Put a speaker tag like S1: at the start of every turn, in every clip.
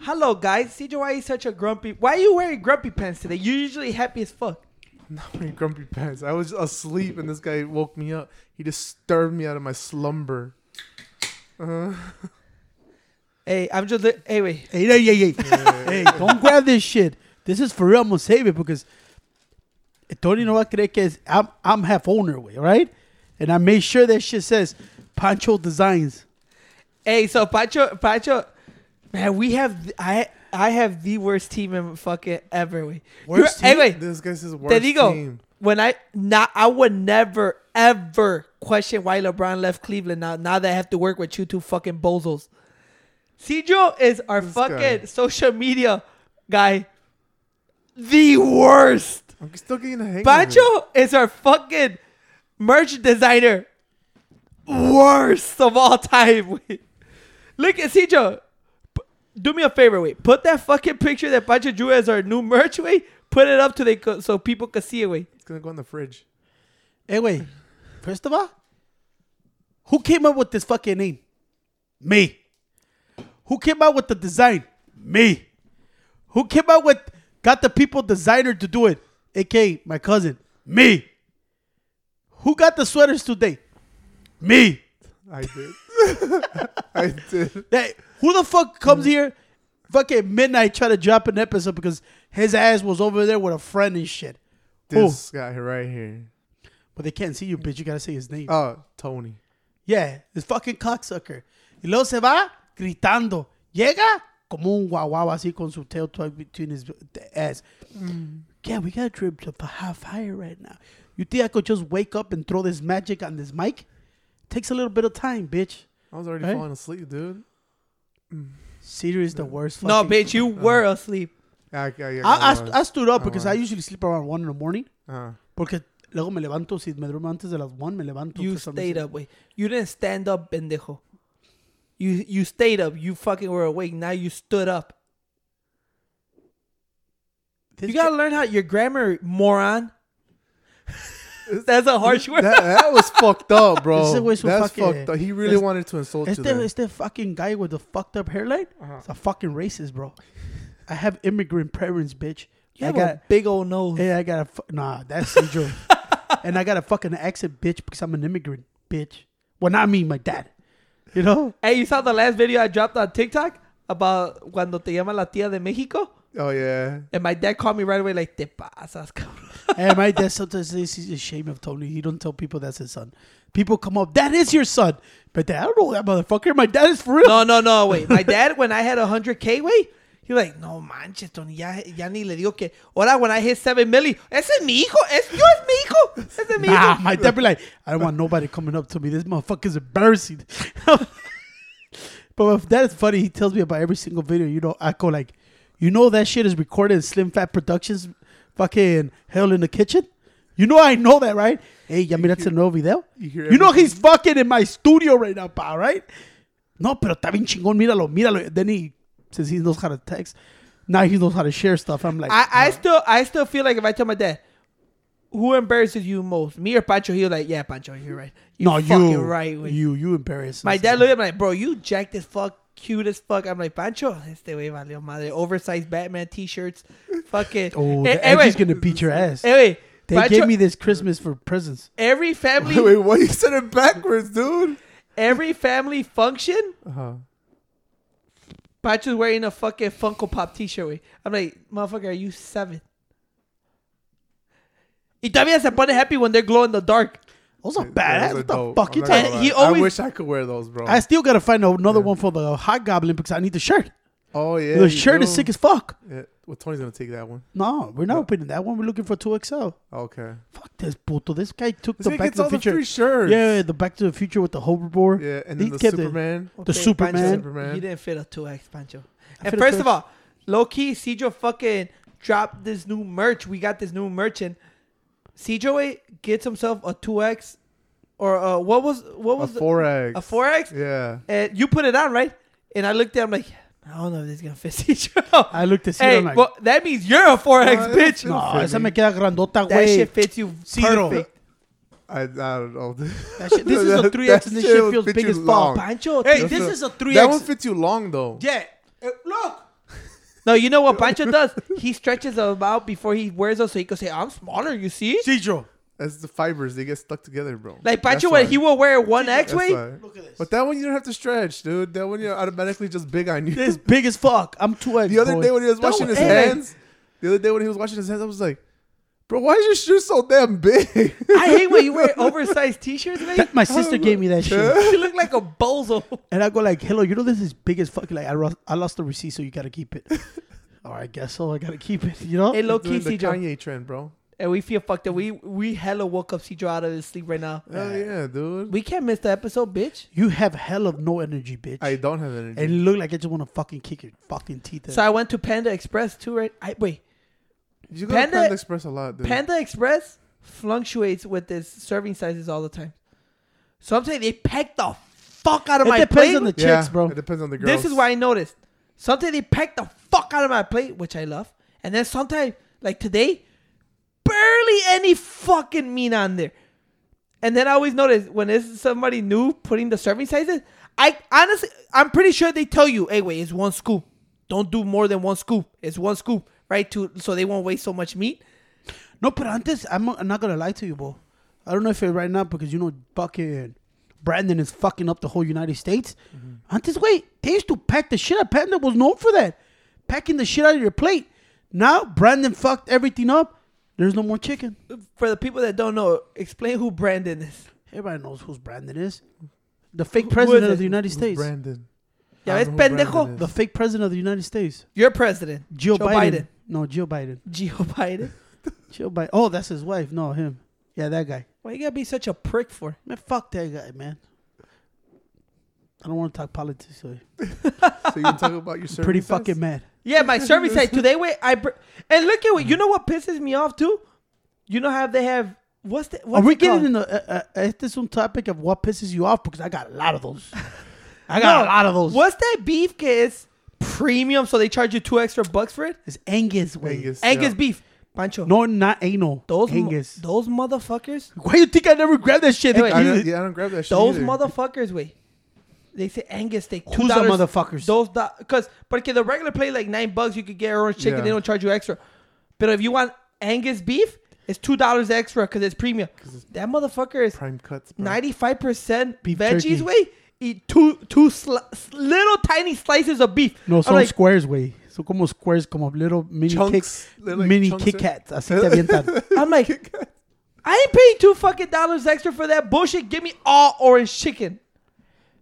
S1: Hello, guys. CJ, why are you such a grumpy? Why are you wearing grumpy pants today? You're usually happy as fuck.
S2: I'm not wearing grumpy pants. I was asleep and this guy woke me up. He disturbed me out of my slumber. Uh,
S1: Hey, I'm just. Li- hey, wait.
S3: Hey, hey, hey, hey. hey, don't grab this shit. This is for real. I'm gonna save it because Tony no va a creer que es, I'm, I'm half owner, way, all right? And I made sure that shit says Pancho Designs.
S1: Hey, so Pacho, Pacho, man, we have. th- I I have the worst team in fucking ever. Wait.
S2: worst
S1: You're-
S2: team.
S1: Hey, wait.
S2: This guy says worst
S1: Te digo,
S2: team.
S1: when I not, I would never ever question why LeBron left Cleveland. Now, now that I have to work with you two fucking bozos. Cedro is our fucking
S2: guy.
S1: social media guy. The worst.
S2: I'm still getting a hang of it.
S1: Pancho is our fucking merch designer. Worst of all time. wait. Look at Cedro. P- Do me a favor, wait. Put that fucking picture that Pancho drew as our new merch, wait. Put it up to they co- so people can see it, wait.
S2: It's gonna go in the fridge.
S3: Hey, wait. Eh, First of all, who came up with this fucking name? Me. Who came up with the design? Me. Who came up with got the people designer to do it? A.K. my cousin. Me. Who got the sweaters today? Me.
S2: I did. I did.
S3: That who the fuck comes here? Fucking midnight try to drop an episode because his ass was over there with a friend and shit. Who?
S2: This guy right here.
S3: But they can't see you, bitch. You gotta say his name.
S2: Oh, Tony.
S3: Yeah, this fucking cocksucker. Y luego se va gritando. Llega como un guau así con su tail tucked between his ass. Yeah, we got drip to fi- high fire right now. You think I could just wake up and throw this magic on this mic? Takes a little bit of time, bitch.
S2: I was already
S3: Hey.
S2: falling asleep, dude.
S3: Cedar is the worst.
S1: No,
S3: fucking- uh,
S1: bitch, you were asleep.
S2: I, I, I,
S3: I, I,
S2: was.
S3: st- I stood up because I
S2: was.
S3: usually sleep around one in the morning.
S2: Uh,
S3: Porque luego me levanto si me duermo antes de las one me levanto.
S1: You
S3: for some
S1: stayed
S3: reason.
S1: up, wait. You didn't stand up, pendejo. You you stayed up. You fucking were awake. Now you stood up.
S3: This
S1: you gotta
S3: guy-
S1: learn how your grammar, moron. That's a harsh word.
S2: that, that was fucked up, bro.
S3: Ese güey es un
S2: That's
S3: fucking-
S2: fucked up. He really
S3: es-
S2: wanted to insult you.
S3: Este,
S2: there.
S3: este fucking guy with the fucked up hairline. It's a fucking racist, bro. I have immigrant parents, bitch.
S1: You
S3: I
S1: have
S3: got
S1: a big old nose.
S3: hey, I got a fu- nah. That's the joke. and I got a fucking accent, bitch, because I'm an immigrant, bitch. Well, not me, my dad. You know.
S1: Hey, you saw the last video I dropped on TikTok about cuando te llama la tía de México?
S2: Oh yeah.
S1: And my dad called me right away like, te pasas, cabrón.
S3: and my dad sometimes says he's ashamed of Tony. He don't tell people that's his son. People come up, that is your son. But dad, I don't know that motherfucker. My dad is for real.
S1: No, no, no, wait. My dad, when I had 100K, wait, he was like, no manches, Tony, ya, ya ni le digo que. Ahora, when I hit 7 milli, ese es mi hijo, es, yo es mi hijo, ese es mi
S3: Nah,
S1: hijo.
S3: my dad be like, I don't want nobody coming up to me. This motherfucker's embarrassing. but if that is funny, he tells me about every single video. You know, I go like, you know that shit is recorded in Slim Fat Productions, fucking Hell in the Kitchen. You know I know that, right? Hey, ya miraste el nuevo video.
S2: you hear
S3: You know
S2: everything.
S3: he's fucking in my studio right now, pa, right? No, pero está bien chingón, míralo, míralo. Then he, since he knows how to text, now he knows how to share stuff. I'm like,
S1: I, I still I still feel like if I tell my dad, who embarrasses you most, me or Pancho, he'll like, yeah, Pancho, you're right. You
S3: no,
S1: fucking
S3: you,
S1: right. wait."
S3: you, you embarrass
S1: My
S3: us.
S1: dad looked at me like, bro, you jacked as fuck, cute as fuck. I'm like, Pancho, este wey valió madre. Oversized Batman t-shirts. Fuck it.
S3: Oh,
S1: Eh,
S3: the
S1: eh,
S3: Edgy's
S1: wait,
S3: gonna beat your ass.
S1: eh, wait.
S3: They
S1: Pancho,
S3: gave me this Christmas for presents.
S1: every family,
S2: Wait, wait, what? You said it backwards, dude.
S1: every family function,
S2: Uh huh.
S1: Pancho's wearing a fucking Funko Pop t-shirt, wey. I'm like, motherfucker, are you seven? Y todavía se pone happy when they're glow in the dark.
S3: Those are badass. What the fuck you
S1: gonna
S3: talking?
S1: lie.
S2: He
S1: He
S2: always.
S1: always-
S2: I wish I could wear those, bro.
S3: I still gotta find another one for the Hot Goblin because I need the shirt.
S2: oh yeah.
S3: the
S2: you
S3: shirt is
S2: do.
S3: sick as fuck.
S2: Yeah. Well, Tony's gonna take that one.
S3: No, we're not opening that one. We're looking for two XL.
S2: Okay.
S3: Fuck this puto. This guy took
S2: This
S3: Oh, the
S2: guy
S3: Back
S2: gets
S3: to the
S2: all the
S3: Future.
S2: free shirts.
S3: yeah, the Back to the Future with the hoverboard.
S2: Yeah, and
S3: He
S2: then the
S3: kept it.
S2: Superman.
S3: The Superman.
S2: Superman.
S1: He didn't fit a 2X, Pancho.
S3: fit
S1: And
S3: a
S1: first
S3: 2X.
S1: of all, low key, Cedro fucking dropped this new merch. We got this new merchant. Cedro eh, gets himself a 2X or uh, what was what
S2: A
S1: was the-
S2: four X.
S1: a 4X?
S2: Yeah.
S1: And you put it on, right? And I looked at him like, I don't know if this is gonna fit Cito.
S3: I looked at Ciro
S1: Hey,
S3: and like,
S1: well, that means you're a 4X
S2: No,
S1: bitch.
S2: it'll
S3: no, esa
S2: fit
S3: me
S2: me.
S3: queda grandota,
S1: That
S3: güey.
S1: shit fits you
S3: Ciro.
S1: perfect.
S2: I, I don't know. That
S3: shit- this is a 3X and this shit feels big as fuck.
S1: Pancho.
S3: Hey,
S1: too.
S3: this is a 3X.
S2: That one fits you long though.
S3: yeah. Eh, look.
S1: no, you know what Pancho does? He stretches them out before he wears them so he can say, I'm smaller, you see?
S3: Ciro.
S2: That's the fibers. They get stuck together, bro.
S1: Like
S2: That's
S1: Pancho, when
S2: why.
S1: he will wear 1X,
S2: That's
S1: way.
S2: why.
S3: Look at this.
S2: But that one you don't have to stretch, dude. That one you're automatically just big on you.
S3: This big as fuck. I'm 2X,
S2: the other
S3: boy.
S2: day when he was washing
S1: Don't-
S2: his
S1: hey.
S2: hands, the other day when he was washing his hands, I was like, bro, why is your shoe so damn big?
S1: I hate when you wear oversized t-shirts, man.
S3: That- my sister gave me that shit.
S1: you look like a bozo.
S3: And I go like, hello, you know this is big as fuck. Like, I, ro- I lost the receipt, so you got to keep it. All right, guess so. I got to keep it, you know?
S1: Hey, low key,
S2: Doing the
S1: Cedro.
S2: Kanye trend, bro.
S1: And we feel fucked up. We we hella woke up Cedro out of his sleep right now.
S2: Hell yeah, dude.
S1: We can't miss the episode, bitch.
S3: you have hell of no energy, bitch.
S2: I don't have energy.
S3: and you look like I just want to fucking kick your fucking teeth in.
S1: So I went to Panda Express too, right? I, wait,
S2: you go
S1: Panda-
S2: to Panda Express a lot, dude.
S1: Panda Express fluctuates with its serving sizes all the time. So I'm saying they packed the fuck out of
S3: It
S1: my
S3: depends
S1: plate.
S3: on the
S2: yeah,
S3: chicks, bro.
S2: It depends on the girls.
S1: this is why I noticed. Sometimes they packed the fuck out of my plate, which I love. And then sometimes, like today, barely any fucking meat on there. And then I always notice when it's somebody new putting the serving sizes, I honestly, I'm pretty sure they tell you, hey, wait, it's one scoop. Don't do more than one scoop. It's one scoop, right? To So they won't waste so much meat.
S3: No, but antes, I'm, I'm not gonna lie to you, bro. I don't know if it right now because you know fucking Brandon is fucking up the whole United States. Antes, wait, they used to pack the shit up. Panda was known for that, packing the shit out of your plate. Now Brandon fucked everything up. There's no more chicken.
S1: For the people that don't know, explain who Brandon is.
S3: Everybody knows who's Brandon is. The fake
S1: is
S3: president
S1: it?
S3: of the United
S2: Who's
S3: States.
S2: Brandon.
S1: Ya
S2: I
S1: ves,
S2: don't know who Brandon
S1: pendejo.
S2: is.
S3: The fake president of the United States.
S1: Your president,
S3: Jill
S1: Joe
S3: Biden.
S1: Biden.
S3: No, Jill Biden.
S1: Joe Biden.
S3: Jill Biden. Oh, that's his wife. No, him. Yeah, that guy.
S1: Why you gotta be such a prick for?
S3: Man, fuck that guy, man. I don't want to talk politics. So.
S2: so you can talk about your serving
S3: pretty
S2: size?
S3: fucking mad.
S1: Yeah, my service side today. Wait, I br- and look at what you know. What pisses me off too? You know how they have what's the what's
S3: Are we
S1: it called?
S3: getting in the? Uh, uh, is this some topic of what pisses you off? Because I got a lot of those. I got
S1: No,
S3: a lot of those.
S1: What's that beef? Is premium, so they charge you two extra bucks for it.
S3: It's Angus, way.
S2: Angus.
S1: Angus
S2: yeah.
S1: beef, Pancho.
S3: No, not anal.
S1: those mo-
S3: Angus.
S1: those motherfuckers.
S3: Why you think I never grabbed that shit?
S1: Hey, wait.
S2: I
S1: You-
S2: don't, yeah, I don't grab that shit.
S1: Those
S2: either.
S1: motherfuckers. Wait, they say Angus steak.
S3: Who's the
S1: $2.
S3: motherfuckers?
S1: Those because but the regular plate like nine bucks you could get orange chicken.
S2: Yeah.
S1: They don't charge you extra. But if you want Angus beef, it's two dollars extra because it's premium.
S2: it's
S1: That motherfucker is
S2: prime cuts. Bro.
S1: ninety-five percent
S3: Beef
S1: veggies.
S3: jerky.
S1: Way eat two two sli- s- little tiny slices of beef.
S3: no,
S1: I'm
S3: son
S1: like,
S3: squares, way. So como squares, como little mini
S2: Chunks.
S3: kicks,
S2: They're like
S3: mini
S2: chunks,
S3: Kit
S2: eh?
S3: Kats. Así te avientan.
S1: I'm like, I ain't paying two fucking dollars extra for that bullshit. Give me all orange chicken.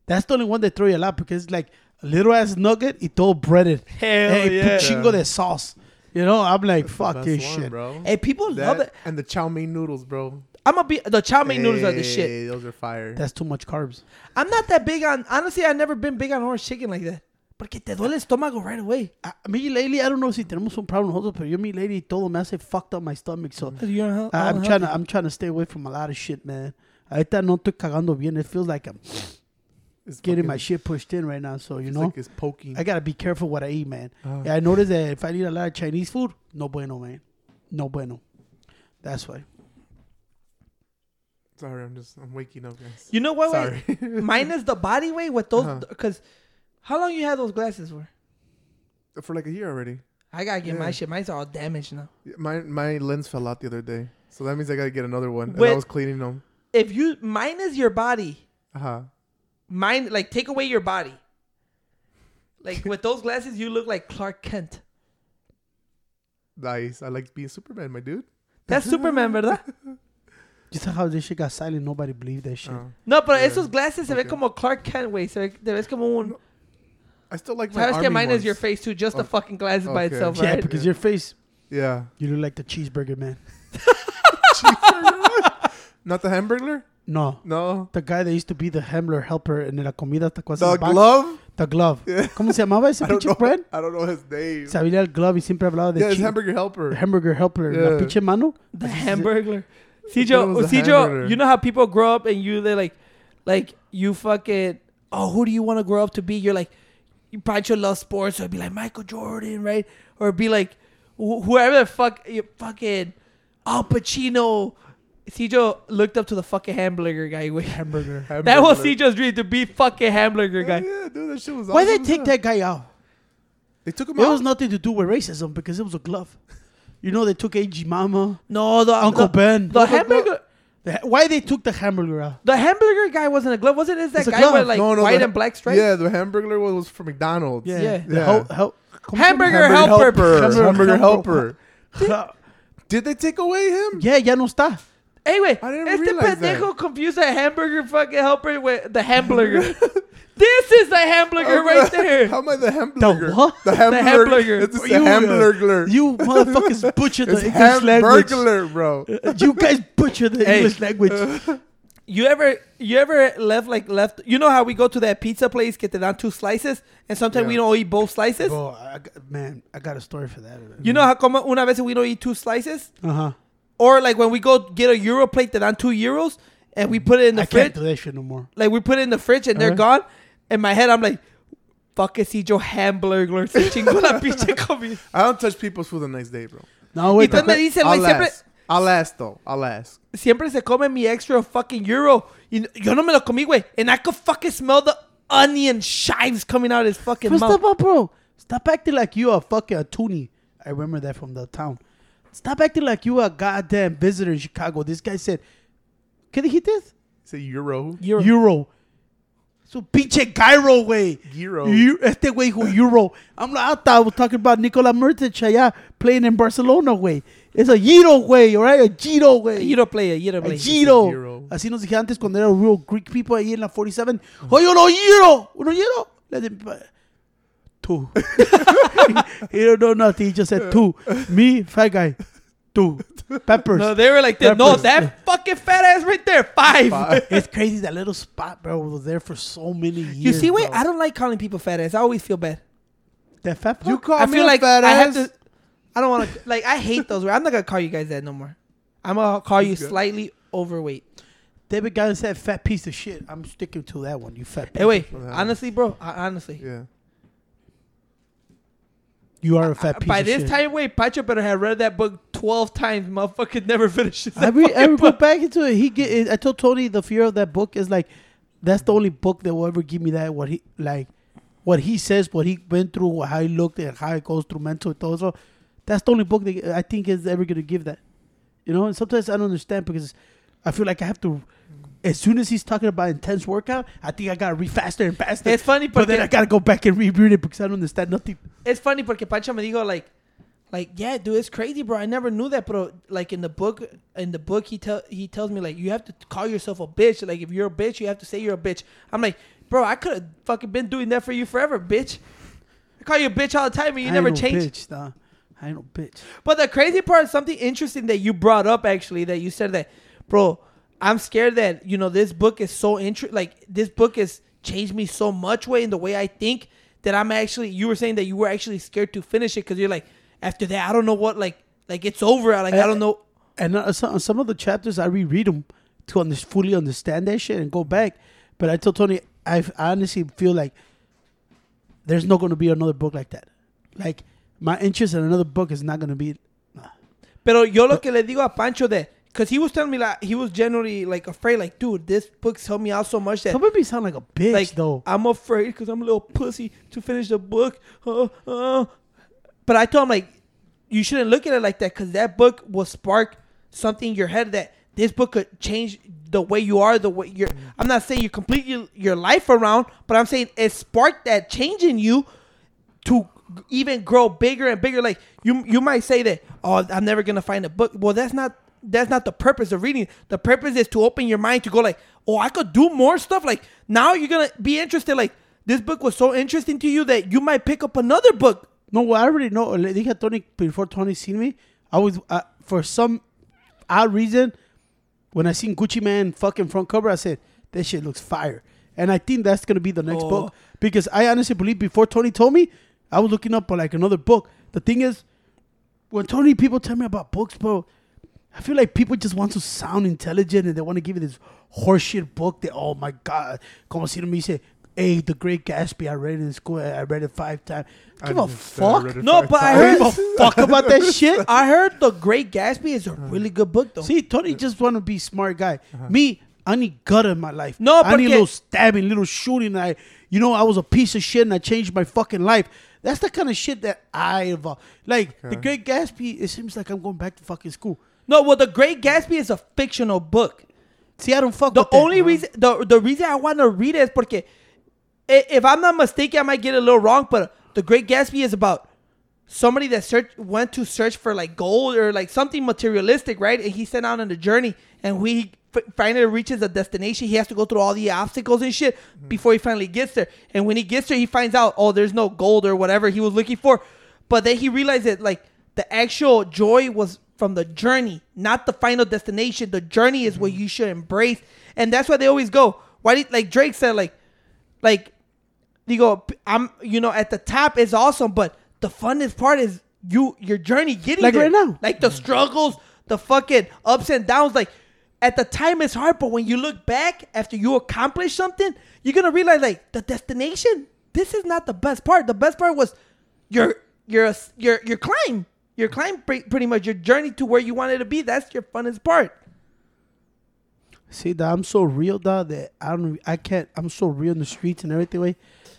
S3: That's the only one that throw you a lot because it's like a little ass nugget, it's all breaded.
S1: Hell
S3: and
S1: yeah.
S3: Put chingo de sauce. You know, I'm like, fuck
S2: Best
S3: this
S2: one,
S3: shit.
S2: bro.
S1: Hey, people
S2: That
S1: love it.
S2: And the chow mein noodles, bro.
S1: I'm gonna be the chow mein noodles are the shit.
S2: Hey, Those are fire.
S3: That's too much carbs.
S1: I'm not that big on. Honestly, I've never been big on orange chicken like that. Porque te duele el estómago right away.
S3: I, me lately, I don't know si tenemos un problem nosotros, pero yo me lately todo me hace fucked up my stomach. So
S1: You're unhe-
S3: I, I'm
S1: unhealthy.
S3: trying to I'm trying to stay away from a lot of shit, man. Ahorita no estoy cagando bien. It feels like I'm
S2: It's
S3: getting
S2: fucking-
S3: my shit pushed in right now. So you
S2: it's
S3: know,
S2: like it's poking.
S3: I gotta be careful what I eat, man.
S2: Ah.
S3: Yeah, I noticed that if I eat a lot of Chinese food, no bueno, man. No bueno. That's why.
S2: Sorry, I'm just I'm waking up, guys.
S1: You know what?
S2: Sorry.
S1: Wait, minus the body weight with those.
S2: Uh-huh.
S1: Because how long you had those glasses for?
S2: For like a year already.
S1: I gotta get my
S2: Yeah.
S1: shit. Mine's all damaged now.
S2: My my lens fell out the other day, so that means I gotta get another one. and
S1: Wait.
S2: I was cleaning them.
S1: If you minus your body,
S2: Uh huh.
S1: mine like take away your body. Like with those glasses, you look like Clark Kent.
S2: Nice. I like being Superman, my dude.
S1: That's Superman, ¿verdad?
S3: Just how this shit got silent, nobody believed that shit.
S2: Oh.
S1: No, pero
S2: Yeah.
S1: esos glasses se ve
S2: Okay.
S1: como Clark Kent, güey. Se ve, te ves como un.
S2: I still like my
S1: Sabes
S2: army
S1: que mine is
S2: ones.
S1: your face too, just the
S2: Oh,
S1: fucking glasses by
S2: okay.
S1: itself,
S3: yeah,
S1: right?
S3: because your face,
S2: Yeah.
S3: you look like the cheeseburger man.
S2: Not the hamburger.
S3: No,
S2: No.
S3: the guy that used to be the Hamler helper and la comida te
S2: The
S3: cosas
S2: glove.
S3: The glove. ¿Cómo se llamaba ese
S2: I don't
S3: pinche
S2: know.
S3: bread?
S2: I don't know his name.
S3: Sabía el glove y siempre hablaba de
S2: Yeah, it's
S3: chi-
S2: hamburger helper.
S3: hamburger helper.
S2: Yeah.
S3: La pinche mano.
S1: The
S3: Así se-
S1: hamburger.
S2: it
S1: Cedro,
S2: was a
S1: Cedro,
S2: hamburger.
S1: you know how people grow up and you they like, like you fucking. Oh, who do you want to grow up to be? You're like, Pancho loves sports, so it'd be like Michael Jordan, right? Or it'd be like wh- whoever the fuck, you fucking Al Pacino. Cjo looked up to the fucking hamburger guy. Güey.
S2: Hamburger. hamburger.
S1: That was Cjo's dream to be fucking hamburger guy.
S2: Yeah, dude, that shit was.
S3: Why
S2: awesome
S3: they
S2: as
S3: take
S2: hell.
S3: that guy out?
S2: They took him
S3: It
S2: out.
S3: was nothing to do with racism because it was a glove. You know, they took AG Mama,
S1: No, the
S3: Uncle
S1: the,
S3: Ben.
S1: The hamburger,
S3: The ha- why they took the hamburger out?
S1: the hamburger guy wasn't a glove, was it? Is that
S3: It's a
S1: guy with
S3: glove.
S1: like
S2: No, no,
S1: white
S2: the-
S1: and black stripes?
S2: Yeah, the hamburger was, was from McDonald's.
S1: Yeah. Yeah.
S3: The hel- hel-
S1: Hamburger helper.
S2: Hamburger,
S3: Hamburger
S2: helper.
S3: helper.
S2: Did they take away him?
S3: yeah, ya no está.
S1: Anyway,
S2: I didn't
S1: este
S2: realize that.
S1: pendejo confused the hamburger fucking helper with the hamburger. this is the hamburger right
S2: How
S1: there.
S2: am I the hamburger?
S3: what?
S2: The hamburger.
S1: hamburger.
S2: It's just
S3: You,
S2: the
S3: uh,
S2: hamburger.
S3: You motherfuckers butchered the
S2: it's
S3: English language.
S2: hamburger, bro.
S3: You guys butchered the
S1: Hey.
S3: English language.
S1: You ever you ever left like left? You know how we go to that pizza place, get the down two slices, and sometimes
S2: Yeah.
S1: we don't eat both slices.
S3: Bro, I, got- man, I got a story for that.
S1: You know how come una vez we don't eat two slices,
S3: Uh huh.
S1: or like when we go get a euro plate, that on two euros, and we put it in the
S3: I
S1: fridge.
S3: can't do Uh-huh. that shit no more.
S1: Like we put it in the fridge and they're gone. In my head, I'm like, fuck es y yo hamburger se chingó la pinche comida.
S2: I don't touch people's food the next day, bro.
S3: No,
S1: Y
S3: wait.
S1: entonces me dice el güey
S2: I'll
S1: siempre.
S2: ask. I'll ask though. I'll ask.
S1: siempre se come mi extra fucking euro. Y no- yo no me lo comí, güey. And I could fucking smell the onion chives coming out of his fucking
S3: First
S1: mouth.
S3: of all, bro, stop acting like you a fucking a toonie. I remember that from the town. Stop acting like you a goddamn visitor in Chicago. This guy said, "Can he hit this
S2: Say euro.
S1: Euro.
S3: euro?" So pinche gyro way.
S2: Euro.
S3: You, este güey who euro. I'm like, I thought I was talking about Nicola Mertens allá playing in Barcelona way. It's a euro way, all right? A giro way.
S1: You don't play it. You don't
S3: A
S1: play it.
S3: Giro.
S2: Giro.
S3: Así nos dije antes cuando era real Greek people ahí en la 47. Oye, uno Giro. Uno Giro. Le di- pa- Tú. he don't know nothing. He just said two. Me, fat guy. Two. Peppers.
S1: No, they were like this. No,
S3: Peppers.
S1: that fucking fat ass right there. Five.
S2: Five.
S3: it's crazy that little spot, bro, was there for so many years.
S1: You see, wait,
S3: bro.
S1: I don't like calling people fat ass. I always feel bad.
S3: that fat
S2: You
S3: fuck?
S2: call
S1: I
S2: me
S1: feel
S2: a
S1: like
S2: fat
S1: I
S2: ass?
S1: have to. I don't want to. Like, I hate those. Words. I'm not going to call you guys that no more. I'm going to call you
S2: Good.
S1: slightly overweight.
S3: David Guy said fat piece of shit. I'm sticking to that one. You fat piece.
S1: Hey, wait.
S2: Okay.
S1: Honestly, bro. I, honestly.
S2: Yeah.
S3: You are a fat piece
S1: Uh, By
S3: of
S1: this
S3: shit.
S1: time, wait, Pacho better have read that book 12 times. Motherfucker never finishes that
S3: every
S1: fucking
S3: every
S1: book.
S3: go back into it. He get. I told Tony the fear of that book is like, that's the only book that will ever give me that. What he like, what he says, what he went through, what- how he looked and how it goes through mental thoughts. So That's the only book that I think is ever gonna give that. You know, and sometimes I don't understand because I feel like I have to. As soon as he's talking about intense workout, I think I gotta read faster and faster.
S1: It's funny,
S3: but then I
S1: porque-
S3: gotta go back and reread it because I don't understand nothing.
S1: it's funny porque Pancho me dijo like, like yeah, dude, it's crazy, bro. I never knew that, bro. Like in the book, in the book, he tell he tells me like you have to call yourself a bitch. Like if you're a bitch, you have to say you're a bitch. I'm like, bro, I could have fucking been doing that for you forever, bitch. I call you a bitch all the time and you
S3: I
S1: never
S3: ain't no
S1: change.
S3: Bitch, nah. I ain't no bitch.
S1: But the crazy part is something interesting that you brought up actually that you said that, bro, I'm scared that, you know, this book is so interesting. Like, this book has changed me so much way in the way I think that I'm actually, you were saying that you were actually scared to finish it because you're like, after that, I don't know what, like, like it's over. Like,
S3: Eh,
S1: I don't know.
S3: and uh, some, some of the chapters I reread them to under, fully understand that shit and go back. But I told Tony, I I honestly feel like there's not going to be another book like that. Like my interest in another book is not going to be.
S1: Pero yo lo que le digo a Pancho that, because he was telling me, like, he was generally, like, afraid, like, dude, this book's helped me out so much that.
S3: Some of me sound like a bitch
S1: like
S3: though.
S1: I'm afraid because I'm a little pussy to finish the book. Uh, uh. But I told him like, you shouldn't look at it like that because that book will spark something in your head that this book could change the way you are, the way you're. I'm not saying you complete your, your life around, but I'm saying it sparked that change in you to g- even grow bigger and bigger. Like you, you might say that, oh, I'm never gonna find a book. Well, that's not that's not the purpose of reading. The purpose is to open your mind to go like, oh, I could do more stuff. Like now you're gonna be interested. Like this book was so interesting to you that you might pick up another book.
S3: No, well, I already know. Le dije a Tony before Tony seen me. I was uh, for some odd reason when I seen Gucci Man fucking front cover, I said this shit looks fire, and I think that's gonna be the next
S1: Oh.
S3: book because I honestly believe before Tony told me, I was looking up on like another book. The thing is, when Tony people tell me about books, bro, I feel like people just want to sound intelligent and they want to give you this horseshit book that oh my god, como si no me dice Hey, The Great Gatsby. I read it in school. I I read it five times.
S2: I
S3: Give a
S2: didn't say I
S3: fuck.
S2: read it
S1: No,
S2: five
S1: but I
S2: times.
S3: I
S1: heard-
S3: don't give a fuck about that shit.
S1: I heard The Great Gatsby is a really good book, though.
S3: See, Tony just want to be smart guy. Me, I need gut in my life.
S1: No,
S3: I need
S1: porque-
S3: little stabbing, little shooting. I, you know, I was a piece of shit and I changed my fucking life. That's the kind of shit that I uh, like. The
S2: Okay.
S3: Great Gatsby. It seems like I'm going back to fucking school.
S1: No, well, The Great Gatsby is a fictional book.
S3: See, I don't fuck.
S1: The
S3: with that.
S1: only reason the, the reason I want to read it is porque i- if I'm not mistaken, I might get it a little wrong, but The Great Gatsby is about somebody that search went to search for like gold or like something materialistic, right? And he set out on a journey, and we f- finally reaches a destination. He has to go through all the obstacles and shit before he finally gets there. And when he gets there, he finds out oh, there's no gold or whatever he was looking for. But then he realized that like the actual joy was from the journey, not the final destination. The journey is what you should embrace, and that's why they always go. Why did like Drake said like, like, you go. I'm you know at the top is awesome, but the funnest part is you your journey getting
S3: Like
S1: there.
S3: right now.
S1: like the struggles, the fucking ups and downs, like. At the time it's hard, but when you look back after you accomplish something, you're gonna realize like the destination. This is not the best part. The best part was your your your your climb, your climb, pre- pretty much your journey to where you wanted to be. That's your funnest part.
S3: See, that I'm so real, dog. That I don't. I can't. I'm so real in the streets and everything. Way,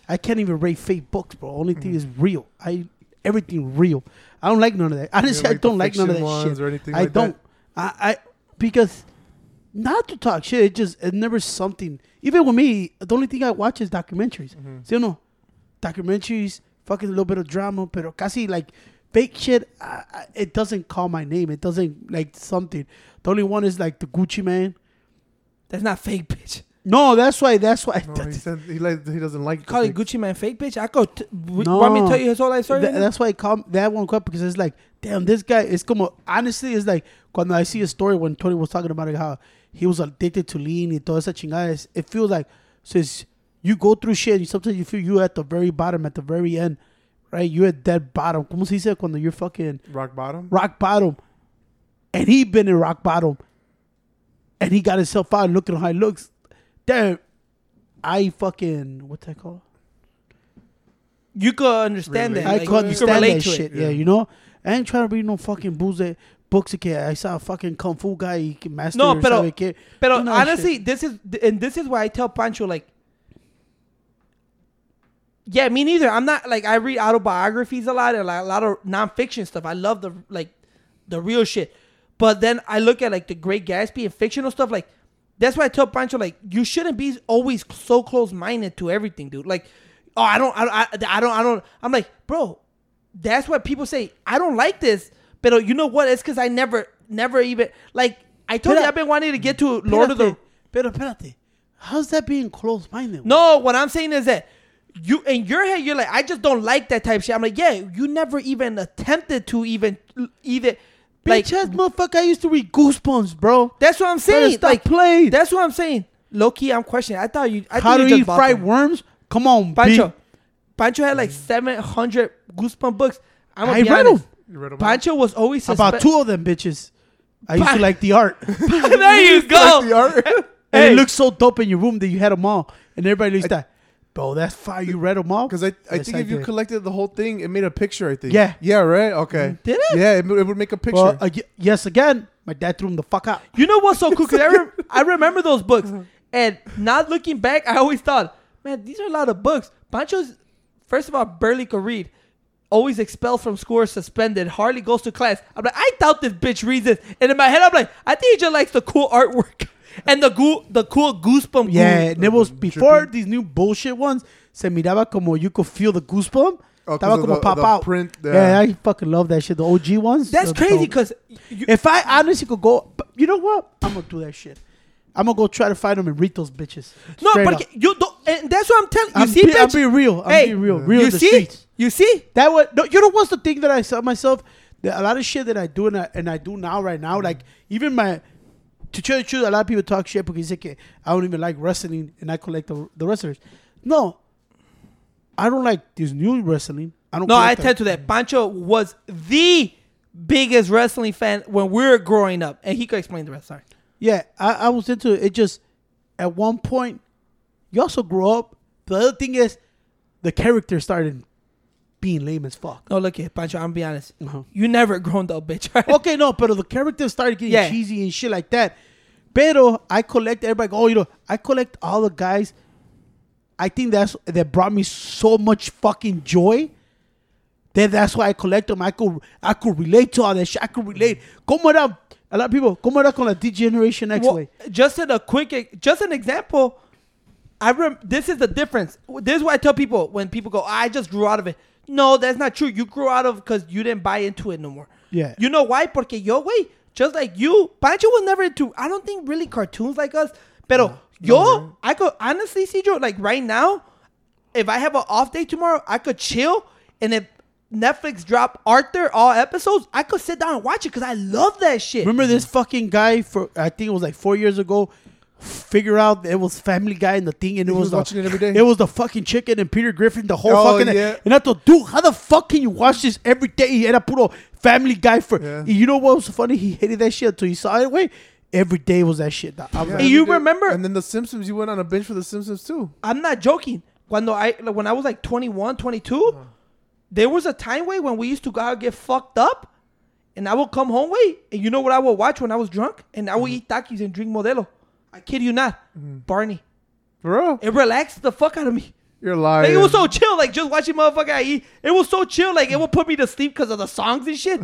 S3: I can't even rate fake books, bro. Only thing is
S2: Mm-hmm.
S3: real. I everything real. I don't like none of that. Honestly, I
S2: like the
S3: don't like none of
S2: fiction
S3: that
S2: ones
S3: shit.
S2: or anything
S3: I
S2: like that?
S3: don't. I, I because not to talk shit. It just it never something. Even with me, the only thing I watch is documentaries.
S2: Mm-hmm.
S3: See, no documentaries, fucking a little bit of drama, pero casi like fake shit. I, I, it doesn't call my name. It doesn't like something. The only one is like the Gucci man.
S1: That's not fake, bitch.
S3: No, that's why. That's why.
S2: No, he
S3: that's,
S2: said he, like, he doesn't like. the
S1: Call it
S2: fake-
S1: Gucci man fake, bitch. I go. T- w- Want me to
S3: No.
S1: tell you his whole life story?
S3: tha-
S1: right now?
S3: that's why I call that one up because it's like, damn, this guy is como. Honestly, it's like when I see a story when Tony was talking about it, how he was addicted to lean and toda esa chingada. it's- It feels like since you go through shit, and sometimes you feel you're at the very bottom, at the very end, right? You're at that bottom. Como se dice cuando you're fucking
S2: rock bottom.
S3: rock bottom, and he been in rock bottom, and he got himself out. Look at how he looks. Damn, I fucking what's that called?
S1: you could understand
S2: Relate.
S1: that.
S3: I
S1: like,
S3: could
S1: you
S3: understand
S1: relate
S3: that
S1: to it.
S3: shit. Yeah.
S2: Yeah.
S3: you know, I ain't trying to read no fucking booze that books again. I saw a fucking kung fu guy he can master.
S1: No,
S3: or
S1: pero-
S3: sabe qué.
S1: But
S3: None of that
S1: honestly,
S3: shit.
S1: this is and this is why I tell Pancho like, yeah, me neither. I'm not like I read autobiographies a lot and like, a lot of nonfiction stuff. I love the like the real shit, but then I look at like the Great Gatsby and fictional stuff. Like that's why I tell Pancho like you shouldn't be always so close minded to everything, dude. Like, oh, I don't, I don't, I, I don't, I don't. I'm like, bro, that's what people say. I don't like this, but you know what? It's because I never, never even like. I told you
S3: Pero-
S1: I've been wanting to get to Lord of the.
S3: Espérate, Pero espérate, how's that being close minded?
S1: No, what I'm saying is that you in your head you're like I just don't like that type shit. I'm like yeah, you never even attempted to even either like
S3: bitch ass motherfucker. I used to read Goosebumps, bro.
S1: that's what I'm
S3: Better
S1: saying.
S3: stop
S1: Like
S3: playing.
S1: that's what I'm saying. Low key, I'm questioning. I thought you. I
S3: how
S1: thought
S3: to
S1: you
S3: eat
S1: just bought
S3: fried
S1: them.
S3: worms? Come on,
S1: Pancho.
S3: B.
S1: Pancho had like 700 Goosebump books. I'm gonna
S3: I
S1: be
S3: read 'em.
S1: honest.
S2: You read 'em all?
S1: Pancho was always suspe-
S3: About two of them bitches. I used to
S1: Pa-
S3: like the art. and
S1: there you go.
S2: Like the art.
S1: Hey.
S3: it looked so dope in your room that you had them all. And everybody used to, like, bro, that's fire. You read them all?
S2: Because I, I
S3: Yes,
S2: think
S3: I
S2: if you
S3: did.
S2: collected the whole thing, it made a picture. I think.
S3: Yeah.
S2: Yeah. Right. Okay.
S1: Did it?
S2: Yeah. It, mo- it would make a picture.
S3: Well, uh, ag- yes, again, my dad threw him the fuck out.
S1: You know what's so cool? Cause I, rem- I remember those books, and not looking back, I always thought, man, these are a lot of books. Pancho's, first of all, barely could read. Always expelled from school or suspended. Hardly goes to class. I'm like, I doubt this bitch reads this. And in my head, I'm like, I think he just likes the cool artwork and the goo- the cool goosebump. goo-
S3: Yeah,
S2: uh,
S3: and it was before
S2: dripping.
S3: these new bullshit ones. Se miraba como you could feel the goosebump.
S2: Oh, 'cause
S3: Estaba
S2: of
S3: como
S2: the-
S3: pop
S2: the
S3: out.
S2: print,
S3: yeah.
S2: yeah.
S3: I fucking love that shit. The OG ones.
S1: that's
S3: the-
S1: crazy.
S3: the-
S1: Cause you,
S3: if I honestly could go, but you know what? I'm gonna do that shit. I'm gonna go try to find them and read those bitches.
S1: no,
S3: Straight
S1: but
S3: up.
S1: you don't. And that's what I'm telling you.
S3: I'm,
S1: see,
S3: be, I'm
S1: bitch?
S3: being real. I'm
S1: Hey,
S3: being real. Real
S1: you
S3: in the
S1: see?
S3: streets.
S1: You see?
S3: That was no, you know what's the thing that I saw myself that a lot of shit that I do and I, and I do now right now like
S1: Mm.
S3: even my to tell you the truth a lot of people talk shit because they can, I don't even like wrestling and I collect the, the wrestlers. No, I don't like this new wrestling. I don't.
S1: No, I
S3: collect that.
S1: attend to that. Pancho was the biggest wrestling fan when we were growing up, and he could explain the rest. Sorry.
S3: Yeah, I, I was into it. It just at one point, you also grow up. The other thing is, the character started being lame as fuck.
S1: No, look here, Pancho. I'm gonna be honest.
S3: Uh-huh.
S1: You never grown up, bitch.
S3: Okay, no, pero the character started getting
S1: Yeah.
S3: cheesy and shit like that. Pero I collect everybody. Oh, you know, I collect all the guys. I think that's that brought me so much fucking joy. That that's why I collect them. I could I could relate to all that shit. I could relate. Como era a lot of people. Como era con la D Generation X
S1: Well,
S3: way.
S1: just in a quick, e, just an example. I rem- this is the difference. This is why I tell people when people go, I just grew out of it. No, that's not true. You grew out of because you didn't buy into it no more.
S3: Yeah.
S1: You know why? Porque yo, way, just like you, Pancho was never into. I don't think really cartoons like us. Pero yo, I could honestly see Joe like right now. If I have an off day tomorrow, I could chill. And if Netflix drop Arthur all episodes, I could sit down and watch it because I love that shit.
S3: Remember this fucking guy for I think it was like four years ago. Figure out it was Family Guy and the thing, and
S2: He
S3: it
S2: was
S3: was, the,
S2: watching it every day.
S3: It was the fucking chicken and Peter Griffin, the whole
S2: Oh,
S3: fucking.
S2: yeah.
S3: And I thought, dude, how the fuck can you watch this every day? And I put on Family Guy for.
S2: Yeah.
S3: and You know what was funny? He hated that shit until he saw it. Wait, every day was that shit. I was
S2: Yeah,
S3: like,
S1: Hey, you
S2: every day.
S1: remember-
S2: And then the Simpsons. You went on a bench for the Simpsons too.
S1: I'm not joking. Cuando I like, when I was like 21, 22, there was a time way when we used to go out and get fucked up, and I would come home way, and you know what I would watch when I was drunk, and I would eat takis and drink Modelo. I kid you not, Barney.
S2: Bro,
S1: It relaxed the fuck out of me.
S2: you're lying.
S1: Like it was so chill, like just watching motherfucker I eat. It was so chill, like it would put me to sleep because of the songs and shit.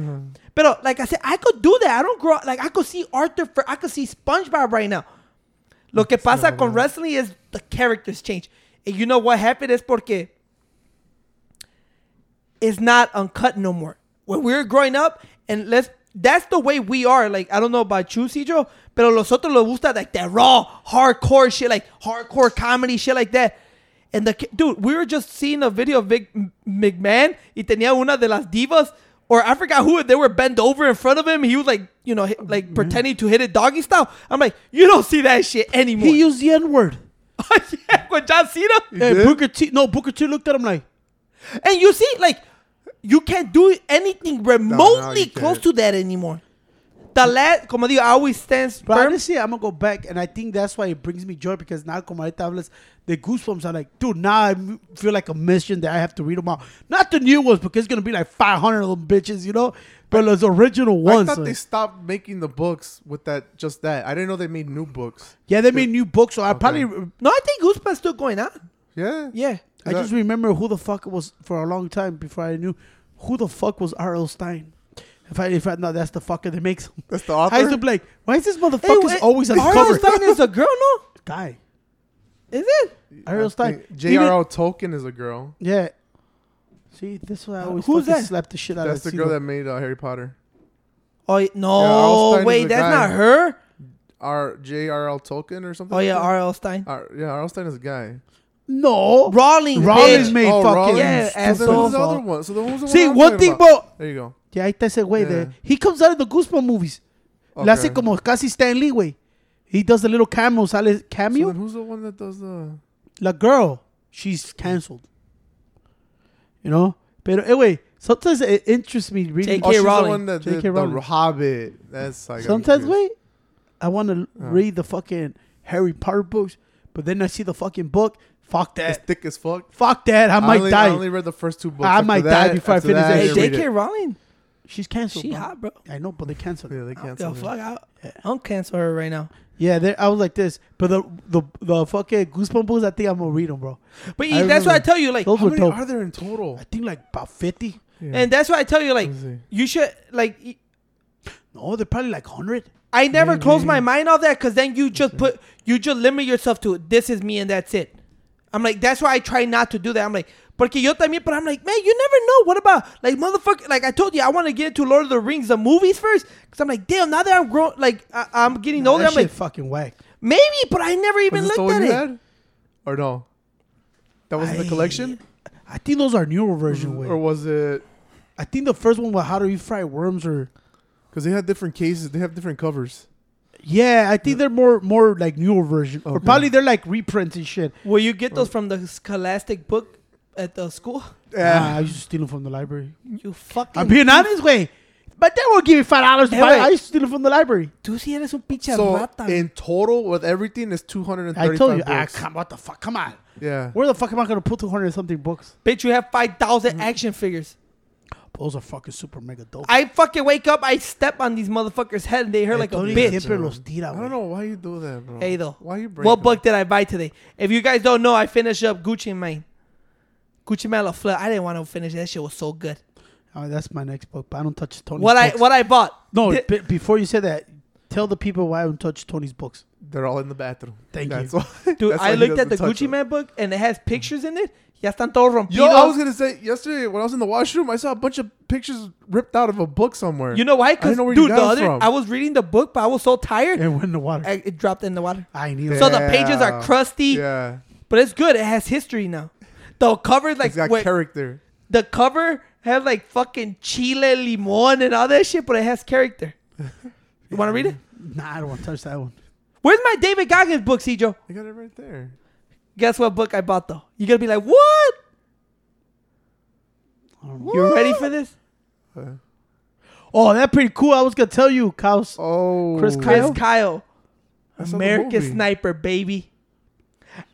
S1: But uh, like I said, I could do that. I don't grow like I could see Arthur, for, I could see SpongeBob right now. Lo que pasa con wrestling is the characters change, and you know what happened is porque it's not uncut no more. When we were growing up, and let's that's the way we are. Like I don't know about you, Cedro, pero los otros les gusta like that raw, hardcore shit, like hardcore comedy shit like that. And the ki- dude, we were just seeing a video of Vic M- McMahon. Y tenía una de las divas, or I forgot who. They were bent over in front of him. He was like, you know, hit, like pretending to hit it doggy style. I'm like, you don't see that shit anymore.
S3: he used the N word.
S1: yeah, with John Cena.
S3: And
S2: did?
S3: Booker T. No, Booker T. looked at him like,
S1: And you see, like, you can't do anything remotely
S2: can't.
S1: close to that anymore. The last, como digo, I always stands
S3: But
S1: firm.
S3: honestly, I'm gonna go back, and I think that's why it brings me joy because now, como ahorita hablas, the goosebumps are like, dude, now I m- feel like a mission that I have to read them all. Not the new ones because it's gonna be like 500 of them bitches, you know. But those original
S2: I
S3: ones,
S2: thought
S3: like-
S2: they stopped making the books with that. Just that. I didn't know they made new books.
S3: yeah, they made new books, so I probably,
S1: No, I think Goosebumps still going on.
S2: Yeah.
S1: Yeah.
S3: I just remember who the fuck it was for a long time before I knew who the fuck was R.L. Stein. If I, if I know that's the fucker that makes them.
S2: That's the
S3: I used to
S2: author.
S3: be like, why is this motherfucker
S1: wait,
S3: always on the
S1: R.L.
S3: cover?
S1: Stein is a girl, no?
S3: Guy,
S1: Is it?
S3: R.L. Stein, Even-
S2: J.R.R. Tolkien is a girl.
S3: Yeah. Uh, See, this one I always
S1: Who's
S3: fucking
S1: that?
S3: slap the shit out
S2: That's
S3: of
S2: the girl
S3: Cena.
S2: that made uh, Harry Potter.
S1: Oh
S2: Yeah, R.L.
S1: no!
S2: Stein is
S1: wait,
S2: a
S1: that's
S2: guy.
S1: not her.
S2: R. J.R.R. Tolkien or something.
S1: Oh yeah,
S2: like that?
S1: R.L. Stein.
S2: R. Yeah, R.L. Stein is a guy.
S3: No.
S1: Rawlings.
S3: Rollins
S1: bitch.
S3: made
S2: Oh,
S3: fucking
S2: Rollins.
S1: Yeah,
S2: So then
S1: asshole.
S2: who's the other one. So the one's the
S3: See,
S2: one I'm
S3: one
S2: talking
S3: thing,
S2: about.
S3: bro.
S2: There you go.
S3: Yeah, ahí está ese güey de.
S2: Yeah.
S3: He comes out of the Goosebumps movies. Le hace
S2: Okay.
S3: como casi Stan Lee, güey. He does the little cameo. Sale
S2: So
S3: cameo?
S2: then who's the one that does the?
S3: La girl, she's canceled. You know? Pero, eh, güey, sometimes it interests me reading.
S1: Take
S2: Oh,
S1: J.K.
S2: she's the
S1: Rowling.
S2: one that
S3: J.K.
S2: did the
S3: Rowling.
S2: Hobbit. That's like
S3: Sometimes, wait, I want to
S2: Uh.
S3: read the fucking Harry Potter books, but then I see the fucking book. Fuck
S2: It's
S3: that.
S2: thick as fuck.
S3: Fuck that. I might
S2: only,
S3: die.
S2: I only read the first two books.
S3: I
S2: After
S3: might
S2: that-
S3: die before I
S2: after
S3: finish
S2: that,
S3: that
S2: I
S1: Hey,
S3: shit.
S2: didn't read
S1: J.K.
S2: it.
S1: Rowling.
S3: She's canceled.
S1: She hot, bro.
S3: I know, but they canceled.
S2: Yeah,
S3: Yeah,
S2: they
S1: I don't give a
S2: canceled. it.
S1: fuck. I, I'm cancel her right now.
S3: yeah they- I was like this, but the the the fucking Goosebumps books. I think I'm gonna read them, bro.
S1: But
S3: e, I
S1: that's why I
S3: remember.
S1: tell you, like,
S3: Those
S2: How
S3: were
S2: many
S3: dope.
S2: are there in total?
S3: I think like about fifty.
S1: and that's why I tell you, like,
S2: Let me see.
S1: you should, like, y-
S3: No, they're probably like hundred.
S1: I never close my mind off that because then you just put you just limit yourself to this is me and that's it. I'm like that's why I try not to do that. I'm like porque yo también, but I'm like man, you never know. What about like motherfucker? Like I told you, I want to get into Lord of the Rings, the movies first because I'm like damn. Now that I'm grown, like I, I'm getting older,
S3: that
S1: I'm
S3: shit
S1: like
S3: fucking whack.
S1: maybe, but I never even
S2: Was this the
S1: looked
S2: one
S1: at
S2: you
S1: it.
S2: had? Or no? That was in the
S3: I-
S2: collection?
S3: I think those are newer version. way.
S2: Or was it.
S3: I think the first one was how do you fry worms or
S2: Because they had different cases, they have different covers.
S3: yeah. I think they're more more like newer version or
S2: Okay.
S3: probably they're like reprints and shit.
S1: Will you get those from the scholastic book at the school?
S3: Ah, I used to steal them from the library.
S1: You fucking.
S3: I'm being honest, way. My dad won't give me five dollars to
S1: Hey,
S3: buy it.
S1: wait.
S3: I used to steal it from the library.
S1: Tú sí eres un pinche
S2: So
S1: rata.
S2: in total, with everything, it's two hundred and
S3: I
S2: thirty-five
S3: told you, ah,
S2: books.
S3: come, what the fuck? Come on.
S2: yeah,
S3: Where the fuck am I gonna put two hundred something books?
S1: Bitch, you have 5,000 action figures.
S3: Those are fucking super mega dope.
S1: I fucking wake up, I step on these motherfuckers' head and they hurt like a
S3: Eh, Tony
S1: bitch.
S3: siempre los tira,
S2: I don't
S3: güey.
S2: know why you do that, bro.
S1: Hey, though.
S2: why you break?
S1: What book did I buy today? If you guys don't know, I finished up Gucci Mane. Gucci Mane La Fleur. I didn't want to finish it. that shit. Was so good.
S3: Oh, that's my next book, but I don't touch Tony's
S1: What I
S3: books.
S1: what I bought?
S3: no,
S1: Thi-
S3: be- before you say that, tell the people why I don't touch Tony's books.
S2: They're all in the bathroom.
S3: Thank
S2: That's
S3: you.
S2: why-
S1: dude,
S2: that's
S1: I
S2: why he
S1: looked at
S2: doesn't
S1: the
S2: touch
S1: Gucci
S2: them.
S1: Man book and it has pictures in it. Ya están todos rompidos.
S2: Yo, I was gonna say yesterday when I was in the washroom, I saw a bunch of pictures ripped out of a book somewhere.
S1: you know why?
S2: I didn't
S1: Because
S2: know where
S1: dude,
S2: you
S1: the
S2: got it
S1: other
S2: from.
S1: I was reading the book, but I was so tired,
S3: It went in the water.
S1: I, it dropped in the water.
S3: I need
S1: So
S3: it.
S1: the pages are
S2: Yeah.
S1: crusty,
S2: Yeah,
S1: but it's good. It has history now. The cover is like
S2: it's got
S1: wait,
S2: character.
S1: the cover has like fucking chile, limon, and all that shit, but it has character. You want to read it?
S3: Nah, I don't want to touch that one.
S1: Where's my David Goggins book, Cjo?
S2: I got it right there.
S1: Guess what book I bought though? You're gonna be like, what?
S3: I don't know.
S1: You ready for this?
S2: Uh,
S3: Oh, that's pretty cool. I was gonna tell you, Kyle.
S2: oh,
S3: Chris
S1: Chris
S3: Kyle?
S1: Kyle,
S2: That's not the
S1: American
S2: movie.
S1: Sniper, baby.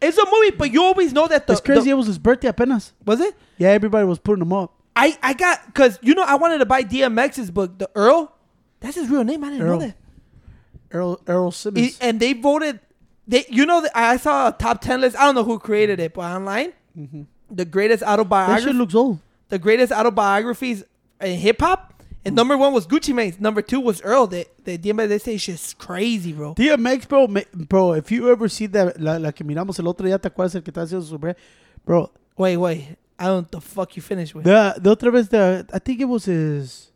S1: It's a movie, but you always know that the
S3: it's crazy.
S1: the-
S3: it was his birthday apenas.
S1: was it?
S3: Yeah, everybody was putting them up.
S1: I I got because you know I wanted to buy DMX's book, the Earl. That's his real name. I didn't
S3: Earl.
S1: know that.
S3: Errol, Errol Simmons.
S1: It- and they voted. They you know that I saw a top ten list. I don't know who created it, but online the greatest
S3: that
S1: autobiography,
S3: shit looks old.
S1: the greatest autobiographies in hip hop. And number one was Gucci Mane's. Number two was Earl. The the DMX they say shit's crazy, bro.
S3: DMX, bro, ma- bro, if you ever see that, la, la que miramos el otro día, ¿te acuerdas el que está haciendo su bre- Bro,
S1: Wait, wait. I don't the fuck you finish with.
S3: the, the otra vez, the, I think it was his,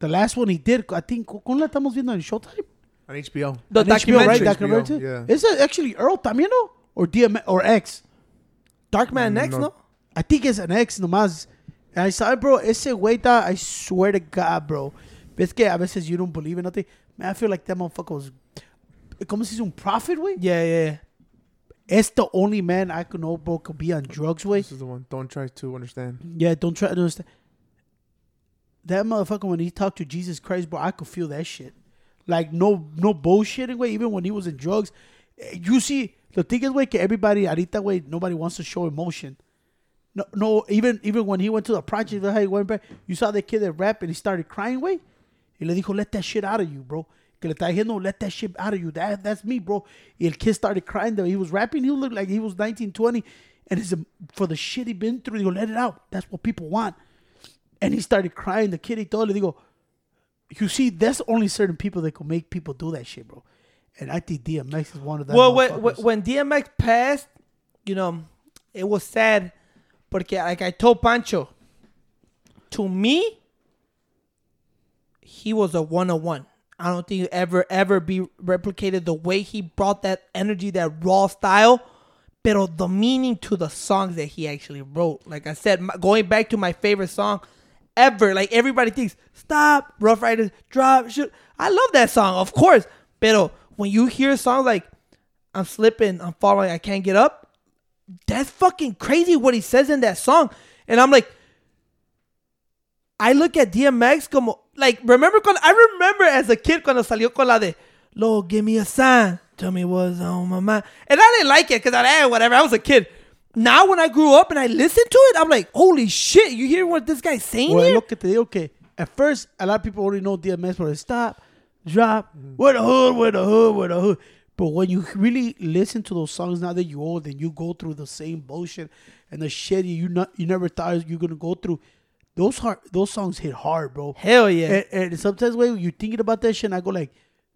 S3: the last one he did, I think, ¿cu- ¿cuál la estamos viendo en Showtime?
S2: on HBO.
S1: The
S3: En HBO,
S1: documentary,
S3: right?
S2: HBO,
S3: Documentary?
S2: yeah.
S3: Is it actually Earl también, no? Or DMX, or X?
S1: Dark Man X,
S2: No.
S1: no?
S3: I think it's an X nomás. And I saw it, bro, ese güey, está- I swear to God, bro. Ves que a veces you don't believe in nothing. Man, I feel like that motherfucker was, ¿cómo se dice? Un prophet, güey.
S1: Yeah, yeah, yeah.
S3: It's the only man I could know, bro, could be on drugs, way.
S2: This is the one. Don't try to understand.
S3: Yeah, don't try to understand. That motherfucker when he talked to Jesus Christ, bro, I could feel that shit. Like no, no bullshitting way. Even when he was in drugs, Eh, you see the thing is way que everybody ahorita way nobody wants to show emotion. No, no. Even even when he went to the project, how he went back, you saw the kid that rap and he started crying way. Y le dijo, let that shit out of you, bro. Que le está diciendo, let that shit out of you. That, that's me, bro. Y el kid started crying though. He was rapping. He looked like he was 19, 20. And it's a, for the shit he been through, he go, let it out. That's what people want. And he started crying. The kid, he told le digo, you see, that's only certain people that can make people do that shit, bro. And I think DMX is one of them.
S1: Well, when, when-
S3: motherfuckers.
S1: when DMX passed, you know, it was sad. Porque, like I told Pancho, to me, he was a one on one. I don't think you ever, ever be replicated the way he brought that energy, that raw style, pero the meaning to the songs that he actually wrote. Like I said, my, going back to my favorite song ever, like everybody thinks, stop, Rough Riders, drop, shoot. I love that song, of course, pero when you hear songs like, I'm slipping, I'm falling, I can't get up, that's fucking crazy what he says in that song. And I'm like, I look at DMX como like remember cuando, I remember as a kid cuando salió con la de Lord give me a sign tell me what's on my mind and I didn't like it because I eh, whatever I was a kid now when I grew up and I listen to it I'm like holy shit you hear what this guy's saying
S3: Well,
S1: here?
S3: look at the okay. At first, a lot of people already know DMX for the stop, drop, with the hood, with the hood, with the hood. But when you really listen to those songs now that you old and you go through the same bullshit and the shit you not you never thought you're gonna go through, those hard those songs hit hard, bro.
S1: hell yeah
S3: And, and sometimes when you're thinking about that shit, and I go like,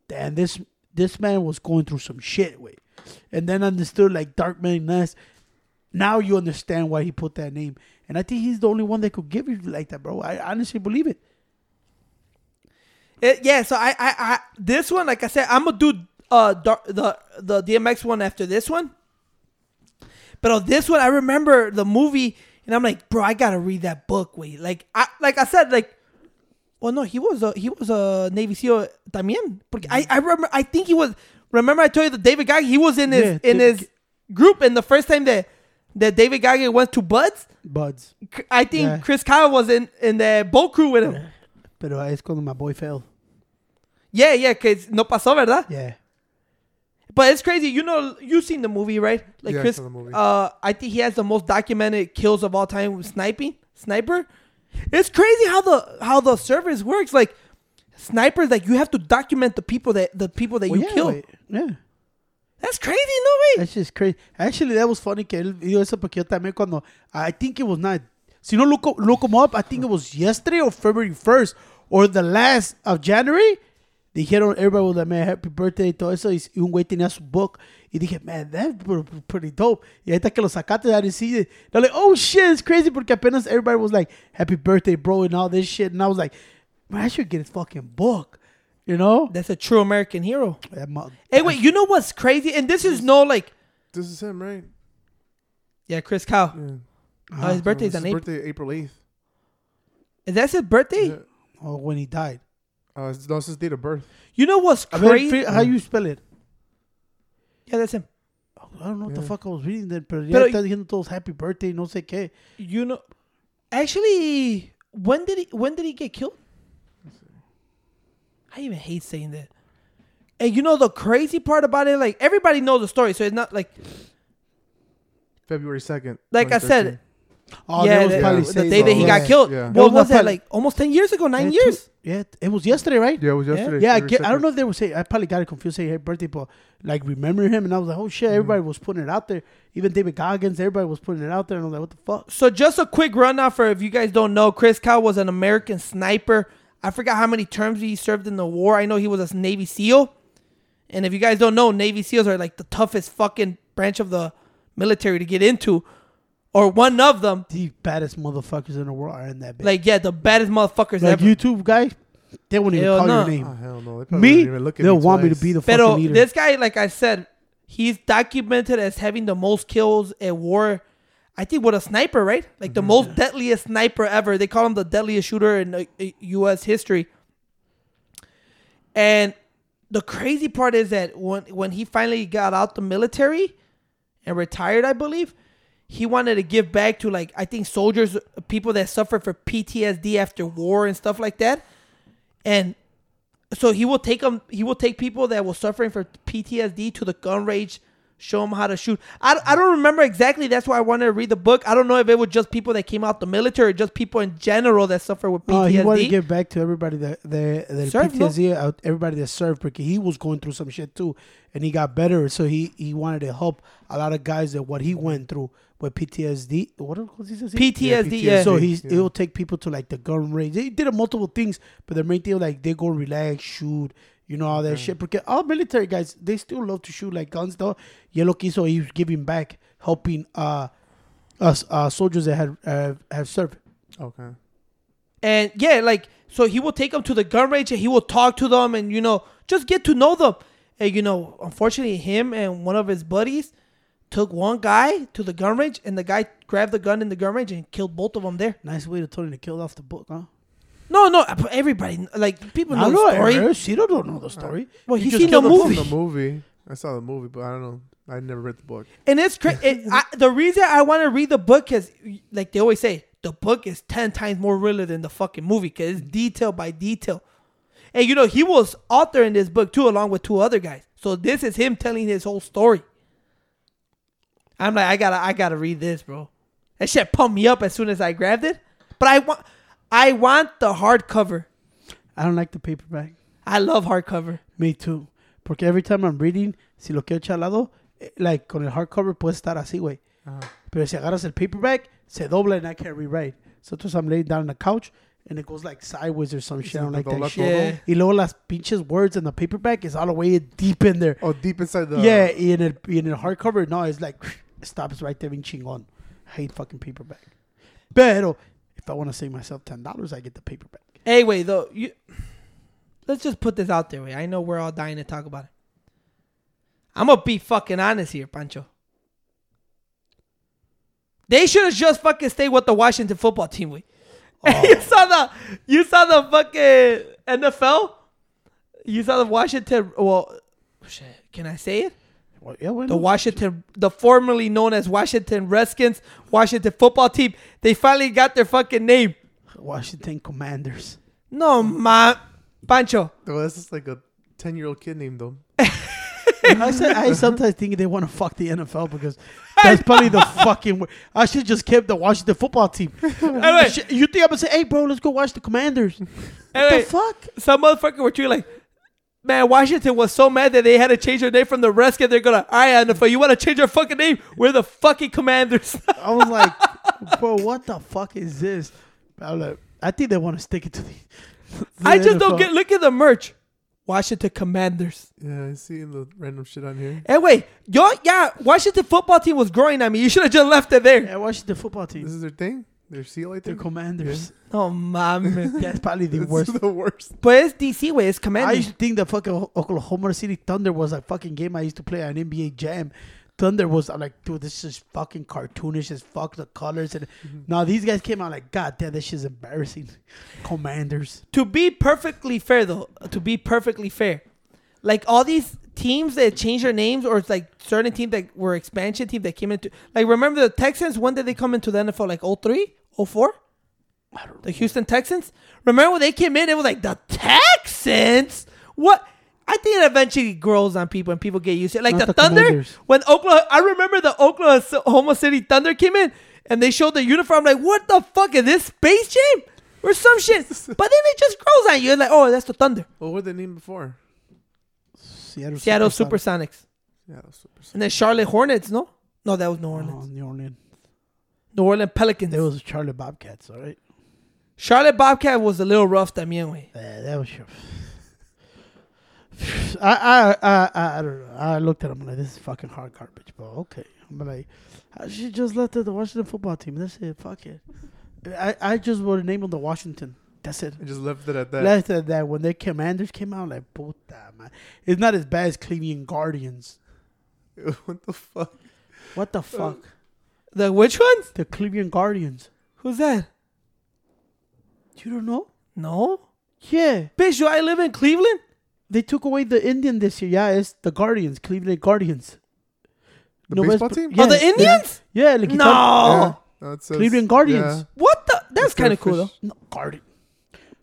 S3: damn, this this man was going through some shit, wait. And then I understood like Dark Man Nest. Now you understand why he put that name. And I think he's the only one that could give you like that, bro. I honestly believe it.
S1: It- Eh, yeah, so I, I, I, this one, like I said, I'm gonna do uh dar- the the DMX one after this one. But on this one, I remember the movie, and I'm like, bro, I gotta read that book. Wait, like I, like I said, like, well, no, he was a he was a Navy SEAL también. Porque I, I remember, I think he was. Remember, I told you the David Guy, he was in his
S3: Yeah,
S1: in
S3: David
S1: his group, and the first time that that David Guy went to Buds,
S3: Buds.
S1: I think
S3: Yeah.
S1: Chris Kyle was in in the boat crew with him.
S3: But it's called my boy failed.
S1: Yeah, yeah, cause no pasó, verdad?
S3: Yeah.
S1: But it's crazy. You know, you seen the movie, right? Like
S2: Yeah, I
S1: Chris,
S2: saw the movie.
S1: uh, I think he has the most documented kills of all time with sniping, sniper. It's crazy how the how the service works. Like snipers, like you have to document the people that the people that
S3: Well,
S1: you
S3: Oh, yeah,
S1: kill.
S3: wait, Yeah.
S1: That's crazy, no way.
S3: That's just crazy. Actually, that was funny que él dio eso porque yo también cuando... I think it was not... Si no look, look him up, I think it was yesterday or February 1st or the last of January. Dijeron, everybody was like, man, happy birthday y todo eso. Y y un güey tenía su book. Y dije, man, that's pr- pretty dope. Y ahorita que lo sacaste, I didn't see it. They're like, oh shit, it's crazy porque apenas everybody was like, happy birthday, bro, and all this shit. And I was like, man, I should get his fucking book. You know?
S1: That's a true American hero.
S3: That mo-
S1: Hey, wait, you know what's crazy? And this is no like,
S2: This is him, right?
S1: yeah, Chris Kyle.
S2: Yeah. Ah,
S1: Uh, his birthday's
S2: His
S1: on April.
S2: birthday, April eighth.
S1: Is that his birthday?
S2: Yeah.
S3: Oh, when he died.
S2: Uh, it's- no, it's his date of birth.
S1: You know what's
S3: A ver,
S1: crazy?
S3: fi- how you spell it?
S1: yeah, that's him.
S3: I don't know what the
S2: Yeah.
S3: fuck I was reading then, pero,
S1: Pero-
S3: ya está diciendo todos happy birthday, no sé qué.
S1: You know, actually, when did he when did he get killed? I even hate saying that. And you know the crazy part about it, like everybody knows the story, so it's not like
S2: February second.
S1: like I said,
S3: Oh,
S1: yeah,
S3: that was
S1: the,
S3: probably
S1: the
S3: saved
S1: day that he
S3: already.
S1: got killed.
S2: Yeah.
S1: What
S3: It was
S1: was that
S3: probably-
S1: like almost ten years ago, nine
S3: Yeah, two-
S1: years?
S3: yeah, it was yesterday, right?
S2: Yeah, it was yesterday.
S3: Yeah, I,
S2: February
S3: get, I don't
S2: 2nd.
S3: know if they were saying, I probably got it confused saying happy birthday, but like remember him, and I was like, oh shit,
S2: Mm-hmm.
S3: everybody was putting it out there. Even David Goggins, everybody was putting it out there, and I was like, what the fuck?
S1: So just a quick run off for if you guys don't know, Chris Kyle was an American sniper. I forgot how many terms he served in the war. I know he was a Navy SEAL. And if you guys don't know, Navy SEALs are like the toughest fucking branch of the military to get into. Or one of them.
S3: The baddest motherfuckers in the world are in that bitch. Like,
S1: Like, yeah, the baddest motherfuckers ever.
S3: YouTube guy, they won't even
S1: Hell
S3: call
S1: no.
S3: your name.
S2: Oh, hell no. They probably
S3: me,
S2: wouldn't even look at
S3: they'll want me to
S2: twice.
S3: be the
S1: Pero
S3: fucking leader.
S1: this guy, like I said, he's documented as having the most kills at war. I think with a sniper, right? Like
S3: Mm-hmm.
S1: the most deadliest sniper ever. They call him the deadliest shooter in uh, uh, U.S. history. And the crazy part is that when when he finally got out the military and retired, I believe he wanted to give back to like I think soldiers, people that suffer for PTSD after war and stuff like that. And so he will take them. He will take people that were suffering for PTSD to the gun range, show them how to shoot. I, I don't remember exactly. That's why I wanted to read the book. I don't know if it was just people that came out the military, or just people in general that suffer with
S3: No,
S1: PTSD.
S3: Uh, he wanted to give back to everybody that that, that
S1: Served, no?
S3: PTSD, out- uh, everybody that served because he was going through some shit too, and he got better. So he he wanted to help a lot of guys that what he went through with PTSD. What was he saying?
S1: PTSD, yeah.
S3: So he's
S2: Yeah.
S3: he'll take people to like the gun range. They did multiple things, but the main thing like they go relax, shoot. You know all that shit because all military guys they still love to shoot like guns though. Yellow Kiso he was giving back, helping uh us uh soldiers that had uh, have served.
S2: Okay.
S1: And yeah, like so he will take them to the gun range and he will talk to them and you know just get to know them. And you know, unfortunately, him and one of his buddies took one guy to the gun range and the guy grabbed the gun in the gun range and killed both of them there.
S3: Nice way to totally kill off the book, huh?
S1: No, no, but everybody like people know the
S3: eh?
S1: story.
S3: Ciro don't know the story.
S1: Well,
S3: You
S1: he's
S3: just
S1: seen the
S3: killed a
S1: movie.
S2: The movie. I saw the movie, but I don't know. I never read the book.
S1: And it's crazy. It, I- the reason I want to read the book is, like they always say, the book is ten times more realer than the fucking movie because it's detail by detail. And you know he was author in this book too, along with two other guys. So this is him telling his whole story. I'm like, I gotta, I gotta read this, bro. That shit pumped me up as soon as I grabbed it. But I want, I want the hardcover.
S3: I don't like the paperback.
S1: I love hardcover.
S3: Me too. Porque every time I'm reading, si lo quiero echar al lado, eh, like con el hardcover puede estar así, güey. Pero si agarras el paperback, se dobla and I can't rewrite. So entonces I'm laying down on the couch and it goes like sideways or some shit. I don't like
S2: Dobla
S3: that
S2: todo.
S3: shit.
S1: Yeah.
S3: Y luego las pinches words in the paperback is all the way deep in there.
S2: Oh, deep inside the.
S3: yeah, y en el, y en el hardcover, no, it's like, stops right there in chingon. I hate fucking paperback. Pero, if I want to save myself $10, I get the paperback.
S1: Anyway, though, you let's just put this out there. Way I know we're all dying to talk about it. I'm gonna be fucking honest here, Pancho. They should have just fucking stayed with the Washington football team. Way you saw the you saw the fucking NFL. You saw the Washington. Well, shit. Can I say it?
S3: Well, yeah, why
S1: The
S3: not?
S1: Washington, the formerly known as Washington Redskins, Washington football team. They finally got their fucking name.
S3: Washington Commanders.
S1: No, ma. Pancho.
S2: Oh, that's just like a ten-year-old kid named them.
S3: I said I sometimes think they want to fuck the NFL because that's probably the fucking. Way. I should just kept the Washington football team. I
S1: wait.
S3: should- you think I'm gonna say, "Hey, bro, let's go watch the Commanders"? What
S1: Hey,
S3: the fuck?
S1: some motherfucker were treated like, man, Washington was so mad that they had to change their name from the Redskins. They're gonna, all right, NFL, you want to change your fucking name? We're the fucking Commanders.
S3: I was like, "Bro, what the fuck is this?" I'm like, I think they want to stick it to the. to the
S1: I just
S3: NFL.
S1: don't get. Look at the merch, Washington Commanders.
S2: Yeah, I see the random shit on here.
S1: Hey, wait, yo, yeah, Washington football team was growing on me. You should have just left it there.
S3: Yeah, Washington football team.
S2: This is their thing. Their seal, I
S3: They're
S2: think.
S3: Commanders.
S1: Oh, man.
S3: That's probably the
S2: It's
S3: worst.
S2: the worst.
S1: But it's DC, way. It's
S3: I
S1: Commanders.
S3: used to think that fucking O- Oklahoma City Thunder was a fucking game I used to play on NBA Jam. Thunder was I'm like, dude, this is fucking cartoonish as fuck. The colors and now these guys came out like, god damn, this shit's embarrassing. Commanders.
S1: to be perfectly fair though to be perfectly fair like all these teams that changed their names or it's like certain teams that were expansion teams that came into like remember the texans when did they come into the nfl like 03 04 the houston texans remember when they came in it was like the texans what I think it eventually grows on people and people get used to it. Like
S3: Not
S1: the,
S3: the
S1: Thunder,
S3: Commanders.
S1: when Oklahoma, I remember the Oklahoma City Thunder came in and they showed the uniform. Like, what the fuck is this Space Jam or some shit? But then it just grows on you. Like, oh, that's the Thunder,
S2: What were they named before?
S3: Seattle,
S1: Seattle Supersonics,
S2: Yeah, that was super.
S1: and then Charlotte Hornets. No, no, that was New Orleans.
S3: Oh, New Orleans.
S1: New Orleans Pelicans.
S3: There was Charlotte Bobcats, all right?
S1: Charlotte Bobcat was a little rough también, way.
S3: Yeah, that was your I, I I I I don't know. I looked at him like this is fucking hard garbage, but okay. I'm like, I should just left the Washington football team. That's it. Fuck it. I, I just would name them the Washington. That's it.
S2: I just left it at that.
S3: Left at that when their commanders came out, like puta man, it's not as bad as Cleveland Guardians.
S2: what the fuck?
S3: What the fuck?
S1: The which ones?
S3: The Cleveland Guardians.
S1: Who's that?
S3: You don't know?
S1: No,
S3: Yeah,
S1: bitch. Do I live in Cleveland?
S3: they took away the Indian this year. Yeah, it's the Guardians, Cleveland Guardians.
S2: The
S3: No, but it's
S2: baseball
S3: pr-
S2: team?
S1: Oh, the
S3: yeah.
S1: Indians?
S3: Yeah, like you
S1: No.
S3: talk-
S2: Yeah. No, it says-
S3: Oh, Cleveland Guardians.
S1: What the? That's kind of cool though.
S2: Starfish.
S3: No, Guardian.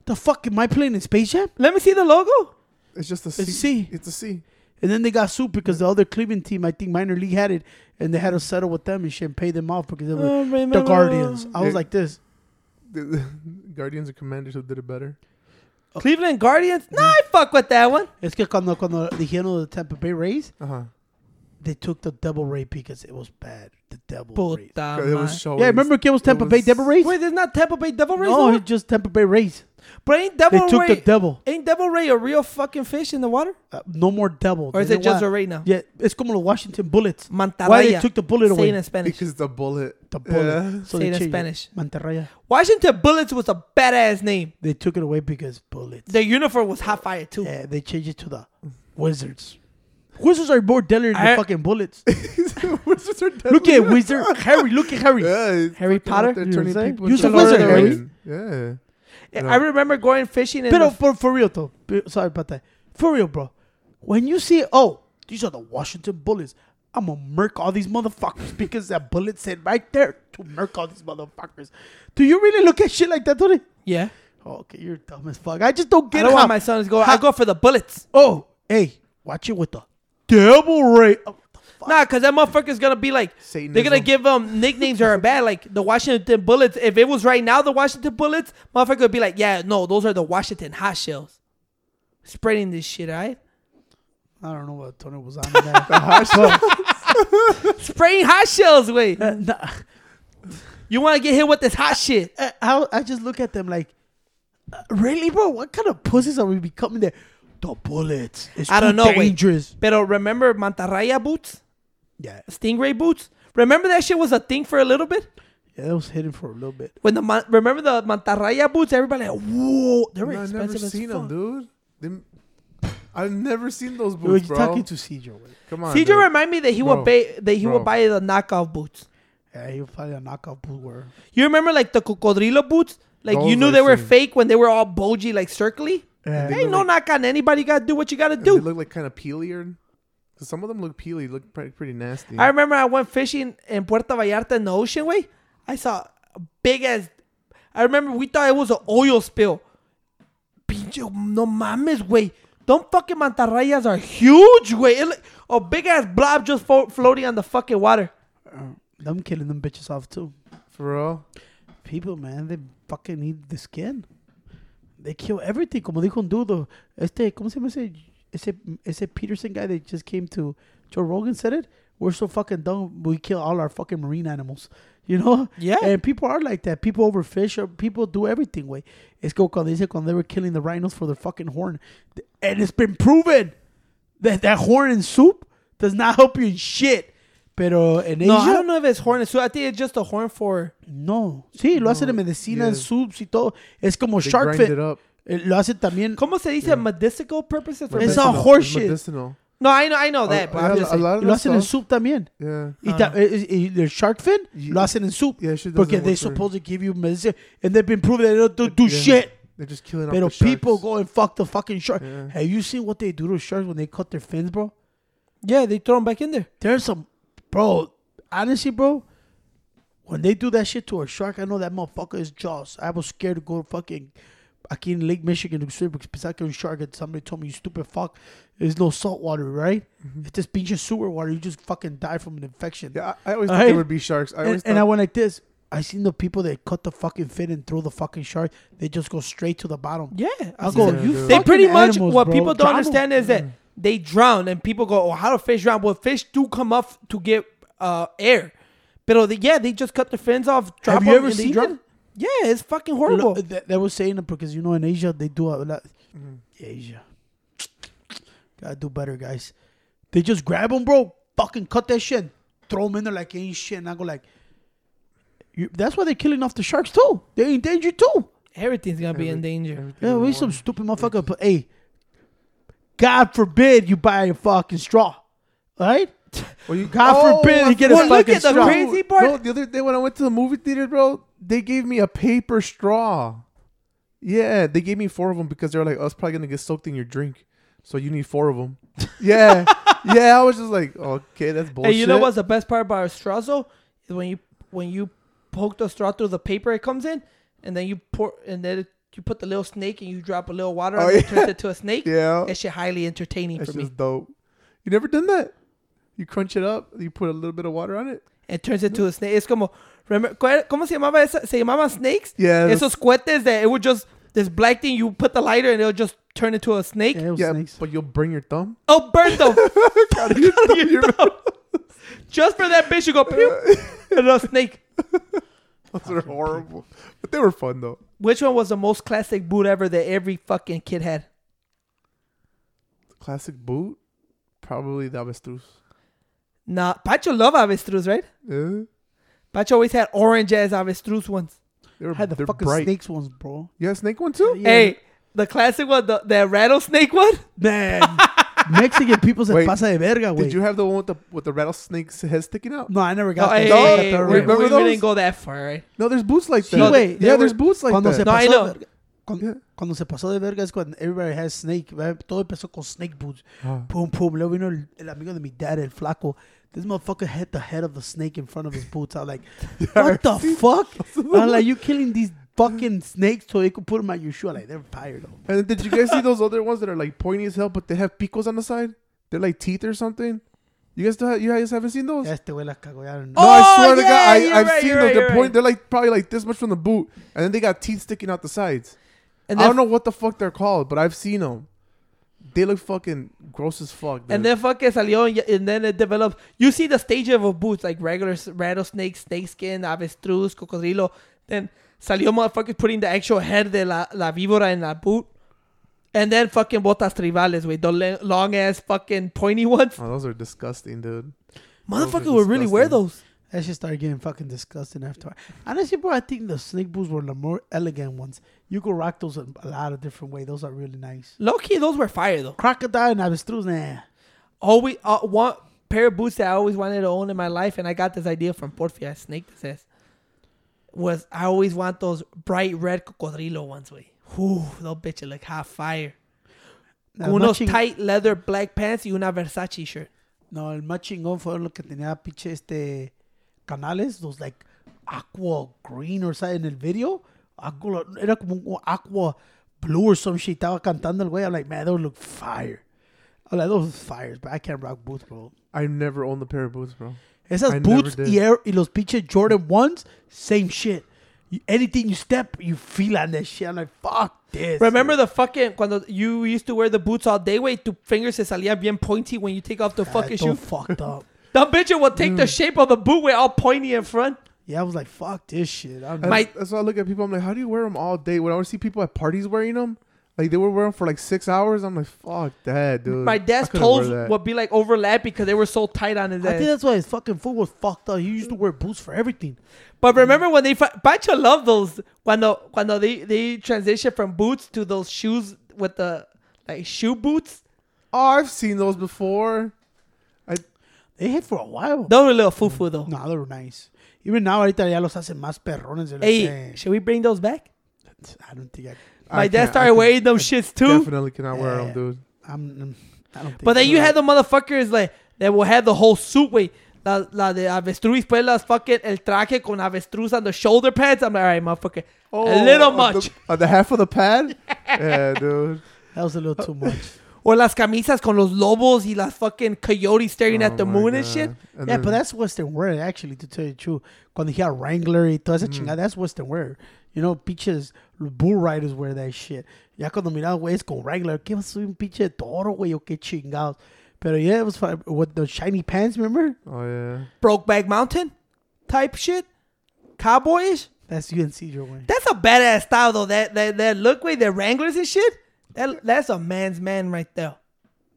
S3: The fuck am I playing in Space Jam?
S1: Let me see the logo.
S2: It's just a C.
S3: It's C.
S2: It's a C.
S3: And then they got sued because the other Cleveland team, I think minor league had it, and they had to settle with them and shit and pay them off because they were
S1: Oh, remember.
S3: the Guardians. I was
S2: It-
S3: like this.
S2: Guardians and Commanders who did it better.
S1: Cleveland Guardians? No, I fuck with that one.
S3: Es que cuando, cuando dijeron the Tampa Bay Rays,
S2: Uh huh.
S3: they took the double Ray because it was bad. The double Rays.
S1: Puta
S2: It was
S1: madre.
S2: showing.
S3: Yeah, remember it was Tampa Bay
S2: was-
S3: Devil Rays?
S1: Wait, there's not Tampa Bay Devil Rays?
S3: no,
S1: No,
S3: it's just Tampa Bay Rays.
S1: but ain't
S3: They
S1: Devil
S3: took
S1: Ray
S3: the devil.
S1: ain't Devil Ray a real fucking fish in the water?
S3: Uh, no more devil.
S1: Or is
S3: They
S1: it
S3: know
S1: just
S3: why.
S1: a ray now?
S3: Yeah, it's como los Washington Bullets.
S1: Mantarraya.
S3: Why they took the bullet
S1: Say it
S3: away?
S1: in Spanish.
S2: Because the bullet.
S3: The bullet.
S2: Yeah.
S3: So
S1: Say
S3: they
S1: it in
S3: changed
S1: Spanish.
S3: Mantarraya.
S1: Washington Bullets was a badass name.
S3: They took it away because bullets.
S1: Their uniform was hot fire too.
S3: Yeah, they changed it to the Wizards. Wizards are more deadly than
S1: I-
S3: fucking bullets.
S2: Wizards are dead.
S3: look at Wizard Harry. Look at Harry.
S2: Yeah, it's
S1: Harry
S2: fucking out
S1: Potter?
S2: there
S3: You know
S2: turning
S3: what I'm saying?
S2: people
S3: Use
S2: into
S3: the wizard,
S2: Lord
S3: Harry.
S2: Harry. Yeah.
S1: Yeah, I remember going fishing in
S3: But uh,
S1: the,
S3: for for real though, b- sorry about that. For real, bro. When you see, oh, these are the Washington Bullets. I'm gonna murk all these motherfuckers because that bullet said right there to murk all these motherfuckers. Do you really look at shit like that, Tony? Oh,
S1: yeah.
S3: Okay, you're dumb as fuck. I just don't
S1: I
S3: get
S1: don't
S3: how
S1: want my sons to go. I
S3: how-
S1: go for the bullets.
S3: Oh, hey, watch it with the devil ray. Oh, what the fuck?
S1: Nah, cause that motherfucker's gonna be like they're gonna
S2: Satanism.
S1: give them nicknames that are bad, like the Washington Bullets. If it was right now, the Washington Bullets, motherfucker would be like, yeah, no, those are the Washington hot shells. Spreading this shit, all right?
S3: I don't know what Tony was on that.
S1: uh, Spraying hot shells, wait.
S3: Uh, nah.
S1: You want to get hit with this hot shit?
S3: I, I, Eh, I just look at them like, uh, really, bro? What kind of pussies are we becoming there? The bullets. It's
S1: I don't
S3: too
S1: know, wait.
S3: Dangerous.
S1: Pero remember mantarraya boots,
S3: Yeah,
S1: stingray boots. Remember that shit was a thing for a little bit.
S3: yeah, that was hidden for a little bit.
S1: When the man- remember the mantarraya boots, everybody like, whoa, they were
S2: No, I've
S1: expensive
S2: never
S1: as
S2: seen
S1: fuck.
S2: them, dude. Them- I've never seen those
S3: We were
S2: boots,
S3: just
S2: bro.
S3: talking to CJ. wait.
S2: Come on.
S1: CJ
S2: dude.
S1: remind me that he would
S2: Bro.
S1: buy that he would
S2: Bro.
S1: buy the knockoff boots.
S3: Yeah, he was probably a knockout boot wearer.
S1: You remember like the cocodrilo boots? Like you
S2: Those
S1: knew
S2: I've
S1: they were
S2: seen.
S1: fake when they were all bulgy, like circly.
S3: Yeah.
S1: Ain't no knock on anybody. You gotta do what you gotta
S2: And They
S1: do.
S2: look like kind of peelier. 'Cause some of them look peely, look pretty, pretty nasty.
S1: I remember I went fishing in Puerto Vallarta in the ocean way. I saw a big ass. I remember we thought it was an oil spill. Yo, no mames, güey. Don't fucking mantarrayas are huge, güey. It like- A big ass blob just fo- floating on the fucking water.
S3: I'm killing them bitches off too.
S2: For real?
S3: People, man, they fucking eat the skin. They kill everything. Como dijo un dudo. Este, ¿cómo se llama ese, ese, ese Peterson guy that just came to Joe Rogan said it? We're so fucking dumb. We kill all our fucking marine animals. You know?
S1: Yeah.
S3: And people are like that. People overfish or people do everything. Way. Es que cuando dice cuando they were killing the rhinos for their fucking horn. And it's been proven that that horn in soup does not help you in shit. Pero en Asia.
S1: No, I don't know if it's horn. and So I think it's just a horn for.
S3: No, sí, lo hacen en medicina, en
S2: yeah.
S3: soups y todo. Es como
S2: They
S3: shark
S2: grind
S3: fin.
S2: it up.
S3: Eh, Lo hacen también.
S1: ¿Cómo se dice medicinal purposes? or
S3: It's
S1: medicinal?
S3: all horseshit.
S2: Medicinal.
S1: No, I know, I know that, but
S2: yeah,
S1: I'm just
S2: a
S1: saying.
S2: lot of
S3: Lo
S2: that
S3: hacen en
S2: stuff,
S3: soup también.
S2: Yeah.
S3: Y, ta- eh, eh, y el shark fin
S2: Yeah.
S3: lo hacen en soup.
S2: Yeah, shit doesn't
S3: Porque they
S2: work for-
S3: supposed to give you medicine and they've been proven they don't do, do
S2: Yeah.
S3: shit.
S2: They're just killing
S3: Pero
S2: off the
S3: people
S2: sharks.
S3: go and fuck the fucking shark.
S2: Yeah.
S3: Have you seen what they do to sharks when they cut their fins, bro?
S1: Yeah, they throw them back in there.
S3: There's some, bro. Honestly, bro, when they do that shit to a shark, I know that motherfucker is jaws. I was scared to go fucking aquí in Lake Michigan to swim because pensaba que era un shark and somebody told me you stupid fuck, there's no salt water, right? It's this pinche sewer water. You just fucking die from an infection.
S2: Mm-hmm. Yeah, I, I always
S3: All
S2: thought there
S3: right.
S2: would be sharks. I
S3: and,
S2: always
S3: and I
S2: thought-
S3: went like this. I seen the people that cut the fucking fin and throw the fucking shark. They just go straight to the bottom.
S1: Yeah,
S3: I go.
S2: Yeah,
S3: you
S2: dude.
S1: They
S3: fucking
S1: pretty much
S3: animals,
S1: what
S3: bro.
S1: people don't
S3: Drown 'em."
S1: understand is that they drown, and people go, "Oh, how do fish drown?" Well, fish do come up to get uh, air, but they, yeah, they just cut their fins off. Drop
S3: Have you
S1: 'em,
S3: ever
S1: and they
S3: seen
S1: drown.
S3: it?
S1: Yeah, it's fucking
S3: Lo-
S1: horrible.
S3: that, that was saying it because you know in Asia they do a lot. Asia, gotta do better, guys. They just grab them, bro. Fucking cut that shit, and throw them in there like ain't shit, and I go like. You, that's why they're killing off the sharks too. They're in danger too.
S1: Everything's gonna be in
S2: Every-
S1: danger.
S2: everything
S3: Yeah,
S2: in
S3: we
S2: the
S3: some
S2: water.
S3: stupid motherfucker. But hey, God forbid you buy a fucking straw, right?
S2: Well, you
S3: God
S2: Oh,
S3: forbid you
S2: I
S3: get a
S1: Well, look
S3: fucking
S1: at the
S3: straw.
S1: crazy part-
S2: No, the other day when I went to the movie theater, bro, they gave me a paper straw. Yeah, they gave me four of them because they were like, "Oh, it's probably gonna get soaked in your drink, so you need four of them." Yeah, yeah. I was just like, "Okay, that's bullshit."
S1: And you know what's the best part about a straw though? Is when you when you poke the straw through the paper it comes in, and then you pour and then you put the little snake and you drop a little water
S2: Oh,
S1: on it,
S2: yeah.
S1: it turns it to a snake.
S2: Yeah,
S1: That shit highly entertaining
S2: that's
S1: for me.
S2: just dope. You never done that? You crunch it up, you put a little bit of water on it.
S1: It turns into a
S2: Mm.
S1: snake. It's como, remember, ¿cuál- ¿cómo se llamaba esa? Se llamaban snakes.
S2: Yeah, that's-
S1: Esos cohetes that it would just, this black thing, you put the lighter and it'll just turn into a snake.
S3: Yeah, it was
S2: Yeah,
S3: snakes.
S2: but you'll bring your thumb.
S1: Oh, burn them.
S2: Out of your thumb, your
S1: just for that bitch, you go, pew, and a snake.
S2: Those are horrible, but they were fun though.
S1: Which one was the most classic boot ever that every fucking kid had?
S2: Classic boot, probably the avestruz.
S1: Nah, Pacho loved avestruz, right?
S2: Yeah.
S1: Pacho always had orange ass avestruz ones.
S2: They were,
S3: I had the
S2: they're
S3: fucking
S2: bright.
S3: snakes ones, bro.
S2: You had a snake one too?
S3: Yeah.
S1: Hey, the classic one, the, the rattlesnake one?
S3: Man, Mexican people se
S2: Wait,
S3: pasa de verga, güey.
S2: Did you have the one with the with the rattlesnake's head sticking out?
S3: No, I never
S1: No,
S3: got
S1: hey, hey,
S3: that. I got
S1: hey, we,
S3: that already.
S2: Remember
S1: we
S2: those?
S1: didn't go that far, right?
S2: No, there's boots like
S3: Sí,
S2: that.
S3: güey.
S2: yeah,
S3: They
S2: there's
S3: were-
S2: boots like
S3: cuando se
S2: that.
S1: No, I
S3: pasó
S1: know.
S3: de verga- cuan-
S2: Yeah.
S3: cuando, se pasó de verga es cuando everybody has snake. ¿verdad? Todo empezó con snake boots.
S2: Ah.
S3: Pum, pum. Luego vino el, el amigo de mi dad, el flaco. This motherfucker had the head of the snake in front of his boots. I'm like, what the fuck? I'm like, you killing these fucking snakes so they could put them on your shoe. I'm like, they're tired though.
S2: And did you guys see those other ones that are like pointy as hell, but they have picos on the side? They're like teeth or something. You guys, still have, you guys haven't seen those?
S3: Ya este güey las cagó. ya no.
S2: No,
S1: Oh,
S2: I swear to
S1: yeah,
S2: God, I,
S1: you're
S2: I've
S1: right,
S2: seen
S1: you're
S2: them.
S1: right,
S2: they're
S1: you're
S2: point.
S1: right.
S2: They're like probably like this much from the boot, and then they got teeth sticking out the sides.
S1: And
S2: I
S1: then
S2: don't know what the fuck they're called, but I've seen them. They look fucking gross as fuck. Dude.
S1: And then fucking salió and, y- and then it developed. You see the stage of boots like regular s- rattlesnake, snakeskin, avestruz, cocodrilo. Then salió motherfuckers putting the actual head de la, la víbora in la boot. And then fucking botas tribales, with the long ass fucking pointy ones.
S2: oh, those are disgusting, dude.
S1: Motherfucker
S2: are
S1: would really wear
S2: disgusting.
S1: those.
S3: That shit started getting fucking disgusting after. Honestly, bro, I think the snake boots were the more elegant ones. You could rock those a a lot of different way. Those are really nice.
S1: Low key, those were fire though.
S3: Crocodile and avestruz, nah.
S1: Always uh, one pair of boots that I always wanted to own in my life, and I got this idea from Porfi. I snaked this ass. Was I always want those bright red cocodrilo ones? Way, whoo, those bitches look hot fire.
S3: Las
S1: Con
S3: más
S1: unos
S3: ching-
S1: tight leather black pants y una Versace shirt.
S3: No, el más chingón fue lo que tenía pinche este canales, los like aqua green or something en el video. Aqua, era como un aqua blue or some shit. Estaba cantando el güey. I'm like, man, those look fire. I'm like, those fires, but I can't rock boots, bro.
S2: I've never owned a pair of boots, bro.
S3: Esas
S2: I never
S3: boots
S2: did.
S3: y, Air- y los pinches Jordan 1s, same shit. You- anything you step, you feel on that shit. I'm like, fuck this.
S1: Remember the fucking cuando you used to wear the boots all day, way tus fingers se salían bien pointy when you take off the
S3: Ah,
S1: fucking
S3: so
S1: shoe.
S3: fucked up.
S1: That bitch will take the shape of the boot way all pointy in front.
S3: Yeah, I was like, fuck this shit. I'm
S2: That's,
S1: My-
S2: that's why I look at people. I'm like, how do you wear them all day? When I would see people at parties wearing them, like they were wearing 'em for like six hours. I'm like, fuck that, dude.
S1: My dad's
S2: I couldn't wear
S1: toes
S2: that.
S1: would be like overlapped because they were so tight on his
S3: I think
S1: ass.
S3: that's why his fucking foot was fucked up. He used to wear boots for everything.
S1: But remember when they fi- Pancho loved those cuando cuando they they transitioned from boots to those shoes with the like shoe boots.
S2: Oh, I've seen those before. I
S3: They hit for a while.
S1: Those were a little fufu though.
S3: No, they were nice. Even now, ahorita ya los hacen más perrones. de los
S1: Hey,
S3: que-
S1: should we bring those back?
S3: I don't think I,
S1: My
S2: I
S1: dad
S2: can't- I
S1: started
S2: can
S1: wearing those shits too.
S2: Definitely cannot wear
S3: Yeah.
S2: them, dude.
S3: I'm, I don't think
S1: But then
S3: so.
S1: you had the motherfuckers like that will have the whole suit wait. La, la de avestruz, pues las fucking el traje con avestruz on the shoulder pads. I'm like, all right, motherfucker. a little
S2: on the-
S1: much.
S2: on the half Oh, of the pad. yeah, dude.
S3: That was a little too much.
S1: Or las camisas con los lobos y las fucking coyotes staring
S2: Oh
S1: at the
S2: my
S1: moon
S2: God.
S1: and shit.
S2: And
S3: yeah,
S2: then-
S3: but that's Western wear, actually, to tell you the truth. Cuando he had Wrangler y toda esa
S1: Mm.
S3: chingada, that's Western wear. You know, pinches bull riders wear that shit. Ya cuando miraba güeyes con Wrangler, ¿qué vas a un pinche toro, güey? O qué chingados. Pero yeah, it was fine. With the shiny pants, remember?
S2: Oh yeah.
S1: Brokeback Mountain type shit. Cowboyish.
S3: That's UNC, your way.
S1: That's a badass style though. That that, that look way, the Wranglers and shit. That that's a man's man right there.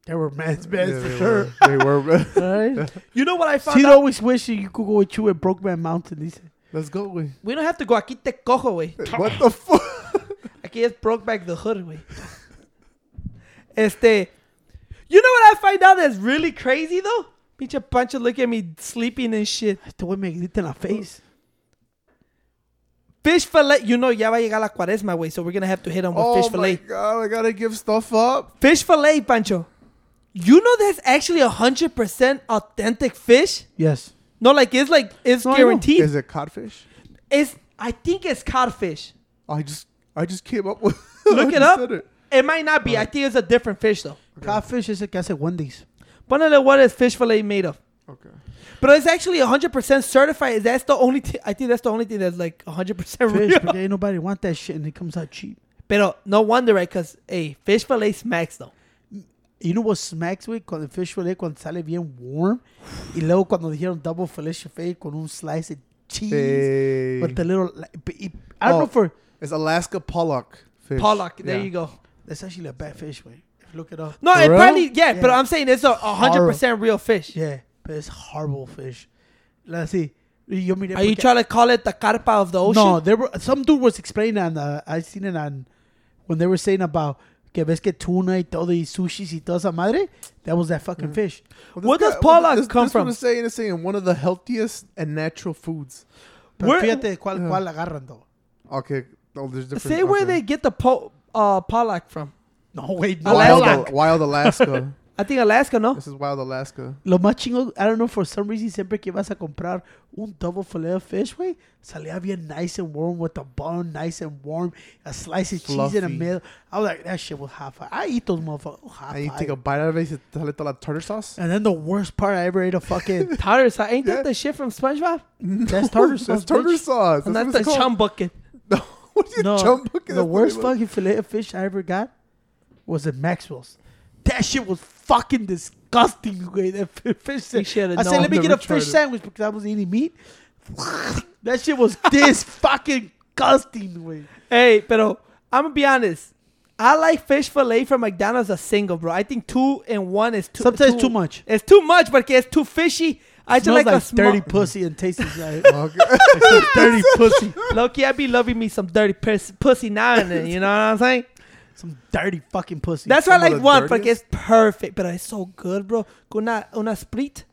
S3: They were man's pants
S2: yeah,
S3: for
S2: they
S3: sure.
S2: Were, they were.
S3: Alright?
S1: You know what I found
S3: Sid
S1: out?
S3: always wish you could go with you at Brokeman Mountain. Dice.
S2: Let's go. Wait.
S1: We don't have to go aquí te cojo, way.
S2: What the fuck?
S1: Aquí es Brokeback the Hood, güey. Este. You know what I find out that's really crazy, though? Pinche Pancho look at me sleeping and shit.
S3: Este güey me grita en la face.
S1: Fish fillet, you know, ya va a llegar la cuaresma, güey, so we're gonna have to hit him with
S2: Oh
S1: fish
S2: my
S1: fillet.
S2: god! I gotta give stuff up.
S1: Fish fillet, Pancho. You know that's actually 100% authentic fish?
S3: Yes.
S1: No, like, it's like, it's
S3: No, I know.
S1: guaranteed.
S2: Is it codfish?
S1: It's, I think it's codfish.
S2: I just I just came up with.
S1: Look
S2: I
S1: it
S2: just
S1: up.
S2: said
S1: It.
S2: it.
S1: might not be. I think it's a different fish, though.
S3: Catfish is el que hace Wendy's.
S1: Ponele, what is fish fillet made of?
S2: Okay.
S1: But it's actually 100% certified. That's the only thing. I think that's the only thing that's like 100%
S3: Fish,
S1: real.
S3: because ain't nobody want that shit and it comes out cheap.
S1: Pero no wonder, right? Because, hey, fish fillet smacks, though.
S3: You know what smacks with cuando el fish fillet cuando sale bien warm y luego cuando dijeron double fillet fillet con un slice of cheese
S2: Hey.
S3: with the little like, but it- I don't know
S2: Oh.
S3: for
S2: It's Alaska pollock fish.
S1: Pollock, there
S2: Yeah.
S1: you go.
S3: that's actually a bad fish way if you look it up
S1: No,
S2: For
S1: it
S2: real?
S1: probably, yeah, but
S3: Yeah.
S1: I'm saying it's a 100% real fish.
S3: yeah but it's horrible fish let's see yo miré
S1: Are you
S3: porque-
S1: trying to call it the carpa of the ocean?
S3: no there were some dude was explaining on uh, I seen it on when they were saying about que ves que tuna y todo y sushis y toda esa madre that was that fucking fish
S2: Well,
S1: Where does
S2: guy-
S1: pollock
S2: well, this,
S1: come
S2: this one
S1: from?
S2: is saying it's saying one of the healthiest and natural foods.
S3: pero
S1: Where-
S3: fíjate cuál,
S2: Yeah.
S3: cuál agarran though
S2: Okay. Oh, there's different.
S1: Say where
S2: okay.
S1: they get the po- uh, pollock from.
S3: no wait no
S1: Alaska.
S2: wild,
S1: Alaska.
S2: Al- wild Alaska.
S1: I think Alaska, no?
S2: this is wild Alaska.
S3: Lo más chingo, I don't know, for some reason, siempre que vas a comprar un double fillet of fish, güey, salía bien nice and warm with a bun, nice and warm, a slice of cheese in the
S2: Fluffy.
S3: middle. I was like, that shit was hot fire. I eat those motherfuckers hot
S2: And you
S3: Ah, fire.
S2: take a bite out of it, you tell it all that tartar sauce.
S3: and then the worst part I ever ate a fucking,
S1: Tartar sauce. Ain't
S2: Yeah.
S1: that the shit from SpongeBob?
S3: that's tartar sauce,
S2: That's tartar
S3: bitch.
S2: sauce.
S1: And that's
S2: what
S1: the
S2: it's called.
S1: chum bucket.
S2: No, what is
S3: No,
S2: chum bucket?
S3: the
S2: That's
S3: worst
S2: what it
S3: fucking fillet of fish I ever got was at Maxwell's. That shit was fucking disgusting, güey. That fi- fish
S1: You
S3: sandwich.
S1: should
S3: I
S1: have
S3: said, let
S1: known.
S3: me
S2: Never
S3: get a fish
S2: tried it.
S3: sandwich because I was eating meat. that shit was this fucking disgusting, güey.
S1: Hey, pero I'm gonna be honest. I like fish fillet from McDonald's a single, bro. I think two and one is too.
S3: Sometimes too much.
S1: It's too much, but it's too fishy. I just
S3: Smells
S1: like,
S3: like
S1: a small,
S3: dirty pussy and tastes like
S2: was. Okay.
S3: dirty pussy.
S1: Loki, I be loving me some dirty pus- pussy now and then. You know what I'm saying?
S3: Some dirty fucking pussy.
S1: That's why I
S2: Some of
S1: like
S2: the
S1: one, porque it's
S2: dirtiest?
S1: perfect, but it's so good, bro. Con una una sprit.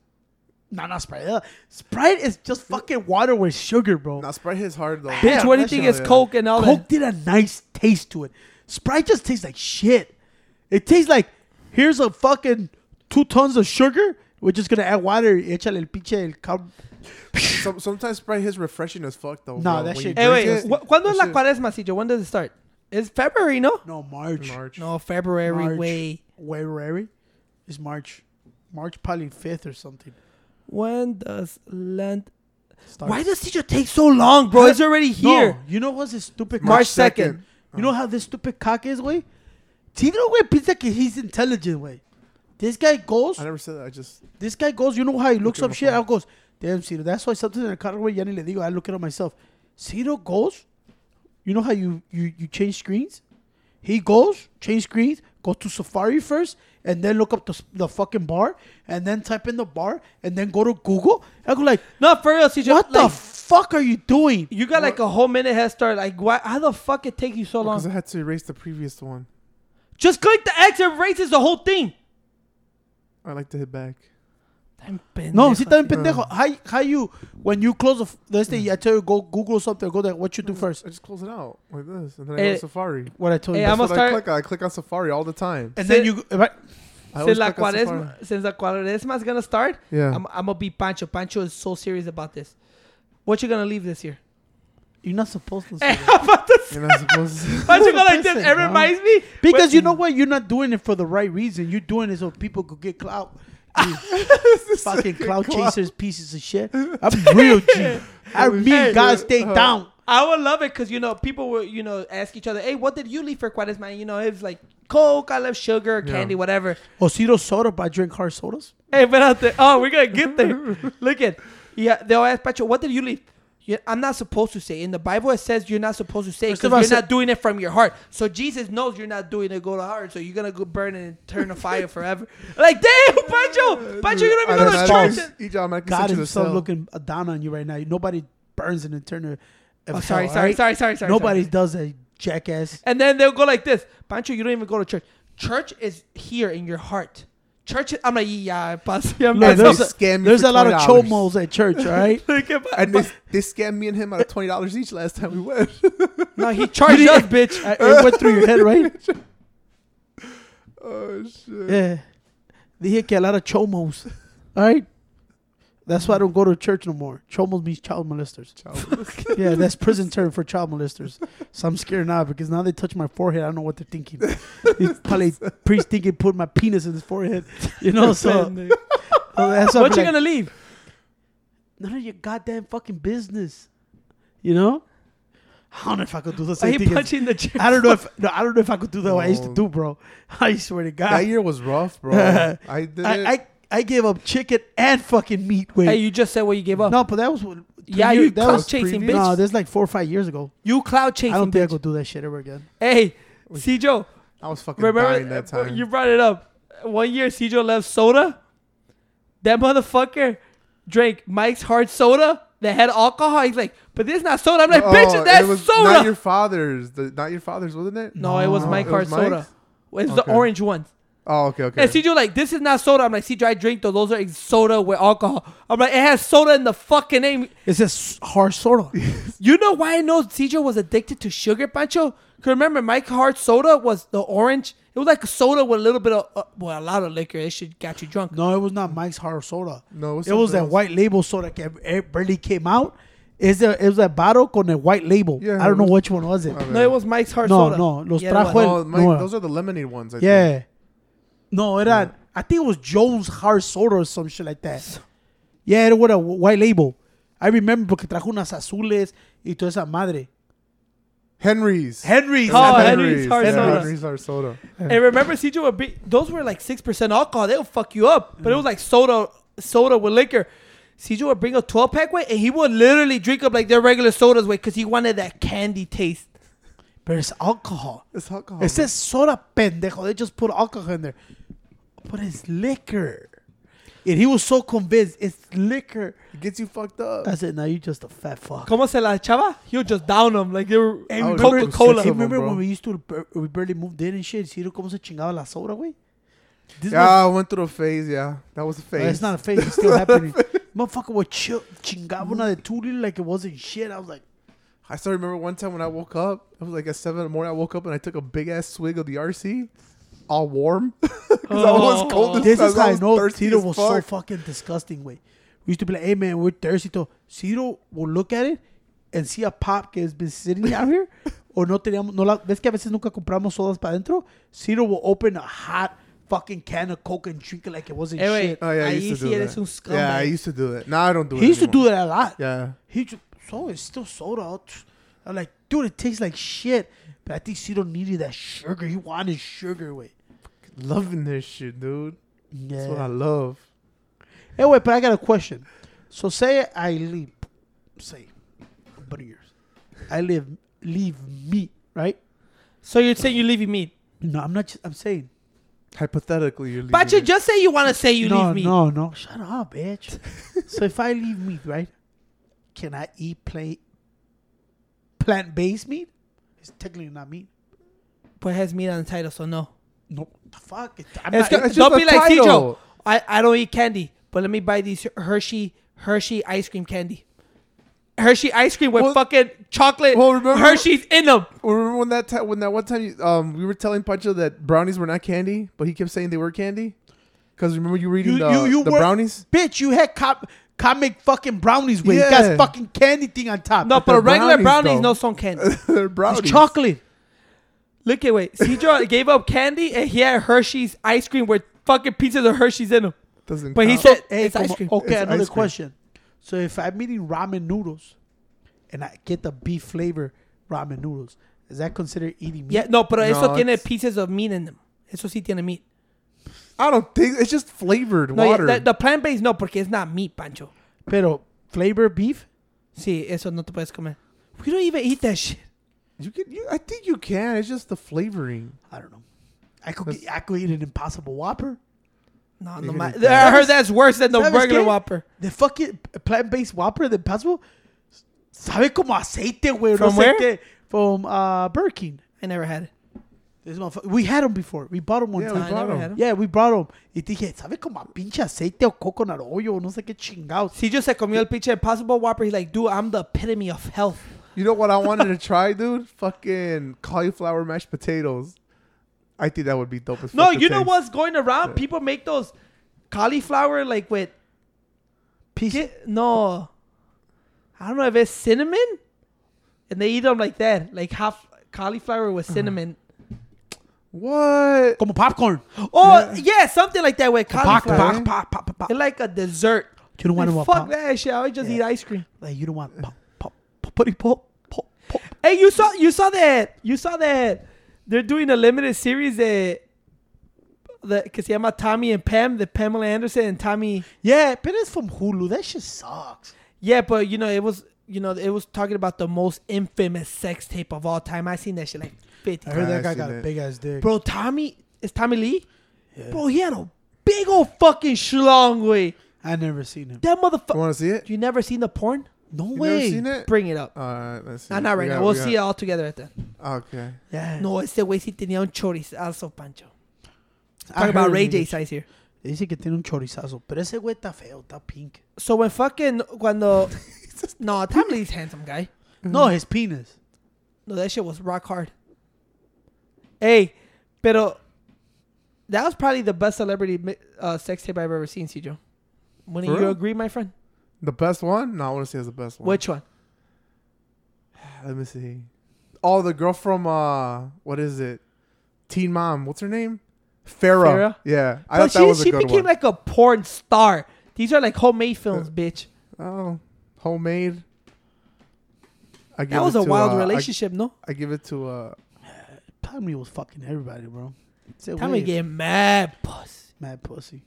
S3: no, not Sprite. Uh, Sprite is just fucking water with sugar, bro.
S2: now Sprite hits hard though.
S1: Bitch, what do you
S2: that
S1: think
S2: shit,
S1: is
S2: yeah.
S1: Coke and all
S3: Coke
S1: that?
S3: did a nice taste to it. Sprite just tastes like shit. It tastes like here's a fucking two tons of sugar. We're just gonna add water. y Échale el pinche el cab-
S2: Some, sometimes Sprite hits refreshing as fuck though. bro.
S3: Nah, that
S2: When
S3: shit
S2: you
S1: Hey, Eh, wait.
S2: drink it,
S1: wh- ¿Cuándo es
S2: that
S1: la
S2: shit-
S1: cuaresma, Sillo? When does it start? It's February, no?
S3: No, March.
S2: March.
S1: No, February.
S3: March.
S1: Way.
S3: February is March. March probably 5th or something.
S1: When does Lent?
S3: starts.
S1: Why does teacher take so long, bro? Oh, It's already here.
S3: No, you know what's this stupid
S1: March
S3: cock?
S1: 2nd.
S3: You know how this stupid cock is, way? Tino, way, pizza, que he's intelligent, way. This guy goes,
S2: I never said that. I just
S3: this guy goes, you know how he looks
S2: Look at
S3: up
S2: my
S3: shit?
S2: phone.
S3: I goes, damn, Ciro, that's why something in the car, way, ya ni le digo, I look at it myself. Ciro goes, you know how you, you, you change screens? He goes, change screens, go to Safari first, and then look up the, s- the fucking bar, and then type in the bar, and then go to Google. I go like,
S1: No, for real, teacher.
S3: what the
S1: like,
S3: fuck are you doing?
S1: You got like a whole minute head start. Like, why? How the fuck it take you so
S2: because I
S1: long?
S2: had to erase the previous one.
S1: Just click the X and erases the whole thing.
S2: I like to hit back.
S3: No,
S1: pendejo. Ah.
S3: si está bien pendejo. How, how you, when you close the, f- let's say I tell you go Google something, go there, what you do first?
S2: I just close it out like this, and then I
S1: Eh,
S2: go to Safari.
S3: What I told
S1: Hey,
S3: you.
S1: I'm
S2: That's
S1: gonna
S2: what I
S1: start.
S2: click. on. I click on Safari all the time.
S3: and
S1: Say-
S3: then you, if I,
S2: I always
S1: Since la,
S2: click on
S1: cuaresma, since la cuaresma is gonna start,
S2: Yeah.
S1: I'm, I'm gonna be Pancho. Pancho is so serious about this. What you gonna leave this year?
S3: you're not supposed to.
S1: Hey,
S3: Say
S1: how
S3: that.
S1: about this?
S2: You're not supposed to.
S1: Pancho go like this.
S3: Listen,
S1: It
S3: bro.
S1: reminds me
S3: Because
S1: when-
S3: you know what, you're not doing it for the right reason. You're doing it so people could get clout. You fucking clout chasers, pieces of shit. I'm real G. I mean,
S1: Hey, uh-huh.
S3: God, stay
S2: uh,
S3: down.
S1: I would love it because you know people will you know ask each other, hey, what did you leave for cuaresma? And, You know, it's like Coke, I left sugar,
S2: Yeah.
S1: candy, whatever.
S3: Osito soda, but I drink hard sodas.
S1: Hey, but out there. Oh, we're gonna get there. Look at yeah. They'll ask Pancho, what did you leave? You- I'm not supposed to say. In the Bible, it says you're not supposed to say
S3: First
S1: because
S3: of all,
S1: you're
S3: so-
S1: not doing it from your heart. So Jesus knows you're not doing it go to heart. So you're gonna go burn and turn a fire forever. Like damn, Pancho, Pancho, you're gonna be
S2: I
S1: going
S2: don't
S1: to
S2: know, I
S1: church.
S2: just-
S1: and-
S2: each automatically
S3: God
S2: sent you
S3: is
S2: to
S3: still
S2: cell.
S3: looking down on you right now. Nobody burns an eternal.
S1: Oh, sorry, sorry, sorry, sorry, sorry.
S3: Nobody
S1: sorry.
S3: does that, jackass.
S1: And then they'll go like this, Pancho, you don't even go to church. Church is here in your heart. Church, is, I'm like yeah, pass. Yeah,
S3: No,
S2: And they
S3: there's
S1: pass.
S3: a,
S2: scam me
S3: there's
S2: for
S3: a lot of
S2: $20.
S3: chomos at church, all right?
S1: Look at my-
S2: And they, they scammed me and him out of twenty dollars each last time we went.
S1: no, he charged us, bitch.
S3: I- it went through your head, right?
S2: oh shit!
S3: Yeah. They hear Eh, que a lot of chomos, all right? That's why I don't go to church no more. Chomos means child molesters. Yeah, that's prison term for child molesters. So I'm scared now because now they touch my forehead. I don't know what they're thinking. It's probably priest thinking put my penis in his forehead. You know, so, so that's why
S1: what you
S3: I'm like,
S1: gonna leave?
S3: none of your goddamn fucking business. You know? I don't know if I could do the
S1: Are
S3: same
S1: you
S3: thing. as-
S1: punching the chair?
S3: I don't know if no, I don't know if I could do that. What I used to
S2: No.
S3: do, bro. I swear to God,
S2: That year was rough, bro. I did
S3: I,
S2: it.
S3: I I gave up chicken and fucking meat. Wait,
S1: Hey, you just said what you gave up.
S3: no, but that was what-
S1: yeah,
S3: three
S1: you
S3: years- that
S1: cloud
S3: was
S1: chasing,
S2: previous-
S1: bitch.
S3: no, that's like four or five years ago.
S1: you cloud chasing,
S3: I don't think I
S1: bitch.
S3: could do that shit ever again.
S1: Hey, Cjo,
S2: I was fucking dying
S1: remember
S2: that
S1: uh,
S2: time.
S1: you brought it up. One year, Cjo left soda. That motherfucker drank Mike's hard soda that had alcohol. He's like, but this is not soda. I'm like,
S2: Oh,
S1: bitch,
S2: it
S1: that's
S2: was Not your
S1: soda.
S2: father's. The, not your father's, wasn't it?
S1: No, it was
S3: No,
S1: Mike
S2: it
S1: hard
S2: was
S1: soda.
S2: Mike's?
S1: It's the
S2: Okay.
S1: orange one.
S2: Oh, okay, okay.
S1: And Cjo like, this is not soda. I'm like, Cjo, I drink those. Those are ex- soda with alcohol. I'm like, it has soda in the fucking name.
S3: It's just hard soda.
S1: You know why I know CJ was addicted to sugar, Pancho? 'Cause remember, Mike Hart soda was the orange. It was like a soda with a little bit of, uh, well, a lot of liquor. It should got you drunk.
S3: no, it was not Mike's hard soda.
S2: No, it was
S3: it was that
S2: something else.
S3: white label soda that it barely came out. Is it was a bottle con a white label?
S2: Yeah,
S3: I don't
S2: it
S3: know
S2: was-
S3: which one was it.
S2: I
S1: No, it was Mike's Hard
S3: No,
S1: soda.
S3: no, los
S1: it was.
S3: trajo el-
S2: Oh, Mike,
S3: no.
S2: those are the lemonade ones. I
S3: yeah.
S2: Think.
S3: No, it had, I think it was Jones Hard Soda or some shit like that. Yeah, it was a white label. I remember porque trajo unas azules y toda esa madre.
S2: Henry's.
S3: Henry's.
S1: Oh,
S3: I remember.
S1: Henry's hard
S2: yeah,
S1: soda.
S2: Henry's hard soda.
S1: And remember, CJ would be, those were like 6% alcohol. They'll fuck you up. But it was like soda soda with liquor. CJ would bring a 12 pack way and he would literally drink up like their regular sodas way because he wanted that candy taste.
S3: But it's alcohol.
S2: It's alcohol.
S3: It says soda pendejo. They just put alcohol in there. But it's liquor. And he was so convinced it's liquor.
S2: it gets you fucked up.
S3: I said, now you just a fat fuck.
S1: Como se la chava? He would just down them like they were
S3: Hey,
S2: I would
S3: remember-
S1: Coca Cola.
S2: Six
S3: Hey,
S2: of 'em,
S3: remember
S2: bro.
S3: when we used to, we barely moved in and shit? See cómo se chingaba la soda, güey? This
S2: yeah, I went through a phase. Yeah, that was a phase.
S3: Well, it's not a phase. It's still happening. Motherfucker would chill, chingaba una de two little like it wasn't shit. I was like,
S2: I still remember one time when I woke up. It was like at seven in the morning. I woke up and I took a big ass swig of the RC, all warm, because I
S1: Oh.
S2: was cold. as-
S3: this is
S2: I
S3: how I
S2: was
S3: know
S2: thirsty
S3: Tito
S2: as
S3: was so
S2: fuck.
S3: fucking disgusting, way. We used to be like, hey man, we're thirsty. So Tito will look at it and see a pop that has been sitting out here o no teníamos, no la, ves que a veces nunca compramos sodas para adentro. Ciro will open a hot fucking can of Coke and drink it like it wasn't
S1: Hey, wait.
S3: shit.
S2: Oh yeah, I
S1: Ahí
S2: used to
S1: sí
S2: do
S1: eres
S2: that.
S1: un scumbag.
S2: Yeah, I used to do that. Now I don't do it.
S3: He used to
S2: anymore.
S3: do that a lot.
S2: Yeah.
S3: He just, so it's still soda. I'm like, dude, it tastes like shit. But I think Ciro needed that sugar. He wanted sugar, wait.
S2: Loving this shit, dude.
S3: Yeah.
S2: That's what I love.
S3: Hey, wait, but I got a question. So say I leave, say, I'm putting yours. I live, leave meat, right?
S1: So you're saying you're leaving me?
S3: No, I'm not. ju- I'm saying.
S2: Hypothetically, you're leaving
S1: Pacha,
S2: it.
S1: just say you want to say you
S3: no,
S1: leave me.
S3: no, no. Shut up, bitch. so if I leave meat, right? Can I eat plant plant based meat? It's technically not meat.
S1: But it has meat on the title, so no.
S3: No, the fuck. It's, I'm
S1: It's
S3: not,
S1: go-
S2: it's
S1: don't
S2: just
S1: be
S2: a
S1: like Cijo.
S2: title.
S1: I, I don't eat candy, but let me buy these Hershey Hershey ice cream candy. Hershey ice cream with
S2: Well-
S1: fucking chocolate
S2: Well, remember-
S1: Hershey's in them.
S2: Well, Remember when that time, when that one time, you, um, we were telling Pacha that brownies were not candy, but he kept saying they were candy. Because remember you were eating
S3: you,
S2: the,
S3: you, you
S2: the
S3: were-
S2: brownies.
S3: bitch. You had cop, comic fucking brownies with you
S2: Yeah.
S3: got fucking candy thing on top.
S1: No, but
S2: they're
S1: regular brownies,
S2: brownies,
S1: no
S2: though.
S1: son candy.
S2: They're brownies.
S3: it's chocolate.
S1: Look at wait. Cedro gave up candy and he had Hershey's ice cream with fucking pieces of Hershey's in them.
S2: Doesn't
S1: But he
S2: count.
S1: said
S3: Hey,
S1: it's ice
S3: como-
S1: cream.
S3: Okay,
S2: It's
S3: another
S2: ice cream.
S3: question. So if I'm eating ramen noodles, and I get the beef flavor ramen noodles, is that considered eating meat?
S1: Yeah, no, pero eso
S2: No,
S1: tiene
S2: it's-
S1: pieces of meat in them. Eso sí tiene meat.
S2: I don't think it's just flavored
S1: No, yeah,
S2: water.
S1: the, the plant based no, porque it's not meat, Pancho.
S3: Pero flavor beef?
S1: Sí, eso no te puedes comer. We don't even eat that shit.
S2: you can, you, I think you can. It's just the flavoring.
S3: I don't know. I could get, I could eat an Impossible Whopper.
S1: No,
S2: You
S1: no,
S2: can
S1: ma-
S2: eat
S1: I
S2: that.
S1: heard that's worse than the
S3: ¿Sabes
S1: regular
S3: qué?
S1: Whopper.
S3: The fucking plant based Whopper, the Impossible, sabe como aceite, güey.
S1: From
S3: no
S1: where?
S3: Sé qué. From uh, Burger King.
S1: I never had it.
S3: This motherfucker- We had them before. We bought them one
S2: Yeah, we
S3: time.
S1: I never
S2: bought 'em.
S1: had them.
S3: Yeah, we brought them. Y dije, sabe como a pinche aceite o coconut oil, no sé qué chingados.
S1: Si yo se comió el pinche Impossible Whopper, he's like, dude, I'm the epitome of health.
S2: You know what I wanted to try, dude? Fucking cauliflower mashed potatoes. I think that would be dope as
S1: No,
S2: fuck to
S1: you know
S2: taste.
S1: what's going around? People make those cauliflower like with
S3: Pizza?
S1: get- no, I don't know if it's cinnamon, and they eat them like that, like half cauliflower with cinnamon.
S2: What?
S3: Como popcorn.
S1: Oh yeah. something like that with
S3: Pop,
S1: cauliflower.
S3: pop, pop, pop, pop, pop.
S1: It's like a dessert.
S3: You don't want
S1: Like,
S3: to
S1: fuck
S3: pop.
S1: that shit. I always just
S3: Yeah.
S1: eat ice cream.
S3: Like you don't want pop, pop, pop, putty, pop, pop, pop.
S1: Hey, you saw you saw that you saw that they're doing a limited series that that que se llama Tommy and Pam, the Pamela Anderson and Tommy.
S3: Yeah, but it's from Hulu. That shit sucks.
S1: Yeah, but you know it was you know it was talking about the most infamous sex tape of all time. I seen that shit like fifty.
S3: I
S2: Yeah,
S3: heard that
S2: I
S3: guy
S2: seen
S3: got a
S2: it.
S3: big ass dick.
S1: Bro, Tommy is Tommy Lee. Bro, he had a big old fucking schlong way.
S3: I never seen him.
S1: That
S2: You
S1: motherfucker.
S2: want to see it?
S1: You never seen the porn?
S3: No
S2: You
S3: way.
S2: never seen it?
S1: Bring it up.
S2: All right, let's see.
S1: Nah, not
S2: We
S1: right
S2: got-
S1: now. We'll
S2: we
S1: see it
S2: got-
S1: all together at the.
S2: Okay.
S3: Yeah.
S1: No, ese güey sí tenía un chorizazo, Pancho.
S3: I
S1: Talking
S3: heard
S1: about
S3: him
S1: Ray
S3: in
S1: J
S3: the-
S1: size here.
S3: Dice que tiene un chorizazo, pero ese güey está feo, está pink.
S1: So when fucking cuando no, Tom Lee's handsome guy.
S2: Mm-hmm.
S3: No, his penis.
S1: No, that shit was rock hard. Hey, pero that was probably the best celebrity mi- uh, sex tape I've ever seen, Cijo. Wouldn't
S2: For
S1: you
S2: real?
S1: agree, my friend?
S2: The best one? No, I want to see it's the best one.
S1: Which one?
S2: Let me see. Oh, the girl from uh, what is it? Teen Mom. What's her name? Farah.
S1: Farrah?
S2: Yeah, I
S1: Bro,
S2: thought that was
S1: she
S2: a good
S1: became
S2: one. Uh,
S1: like a porn star. These are like homemade films, bitch.
S2: oh, homemade. I give
S1: That was
S2: it
S1: a
S2: to,
S1: wild
S2: uh, I-
S1: relationship, no?
S2: I, give it to uh,
S3: Tommy was fucking everybody, bro. Ese
S1: Tommy
S3: güey
S1: get mad puss.
S3: mad pussy.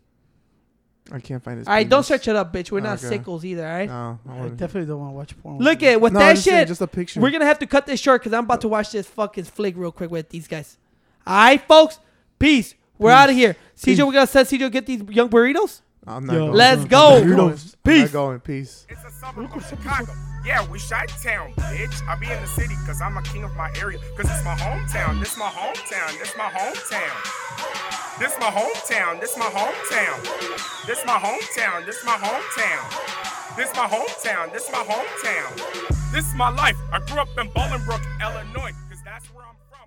S2: I can't find this.
S1: All right, don't search it up, bitch. We're not
S2: Okay.
S1: sickles either, all right?
S2: No, I
S3: I
S2: wanna-
S3: definitely don't want to watch porn.
S1: Look at with
S2: No,
S1: that
S2: I'm just saying,
S1: shit.
S2: Just a picture.
S1: We're gonna have to cut this short because I'm about to watch this fucking flick real quick with these guys. All right, folks. Peace. We're out of here. CJ, we're gonna send CJ to get these young burritos.
S2: I'm not
S3: Yo.
S2: going.
S1: Let's
S2: I'm
S1: go.
S2: not going.
S1: Burritos.
S2: I'm
S1: Peace.
S2: not going. Peace.
S4: It's a suburb of Chicago. Yeah, we shot town, bitch. I be in the city because I'm a king of my area. Because it's my hometown. This my hometown. This my hometown. This my hometown. This my hometown. This my hometown. This my hometown. This my hometown. This my hometown. This my life. I grew up in Bolingbrook, Illinois. Because that's where I'm from.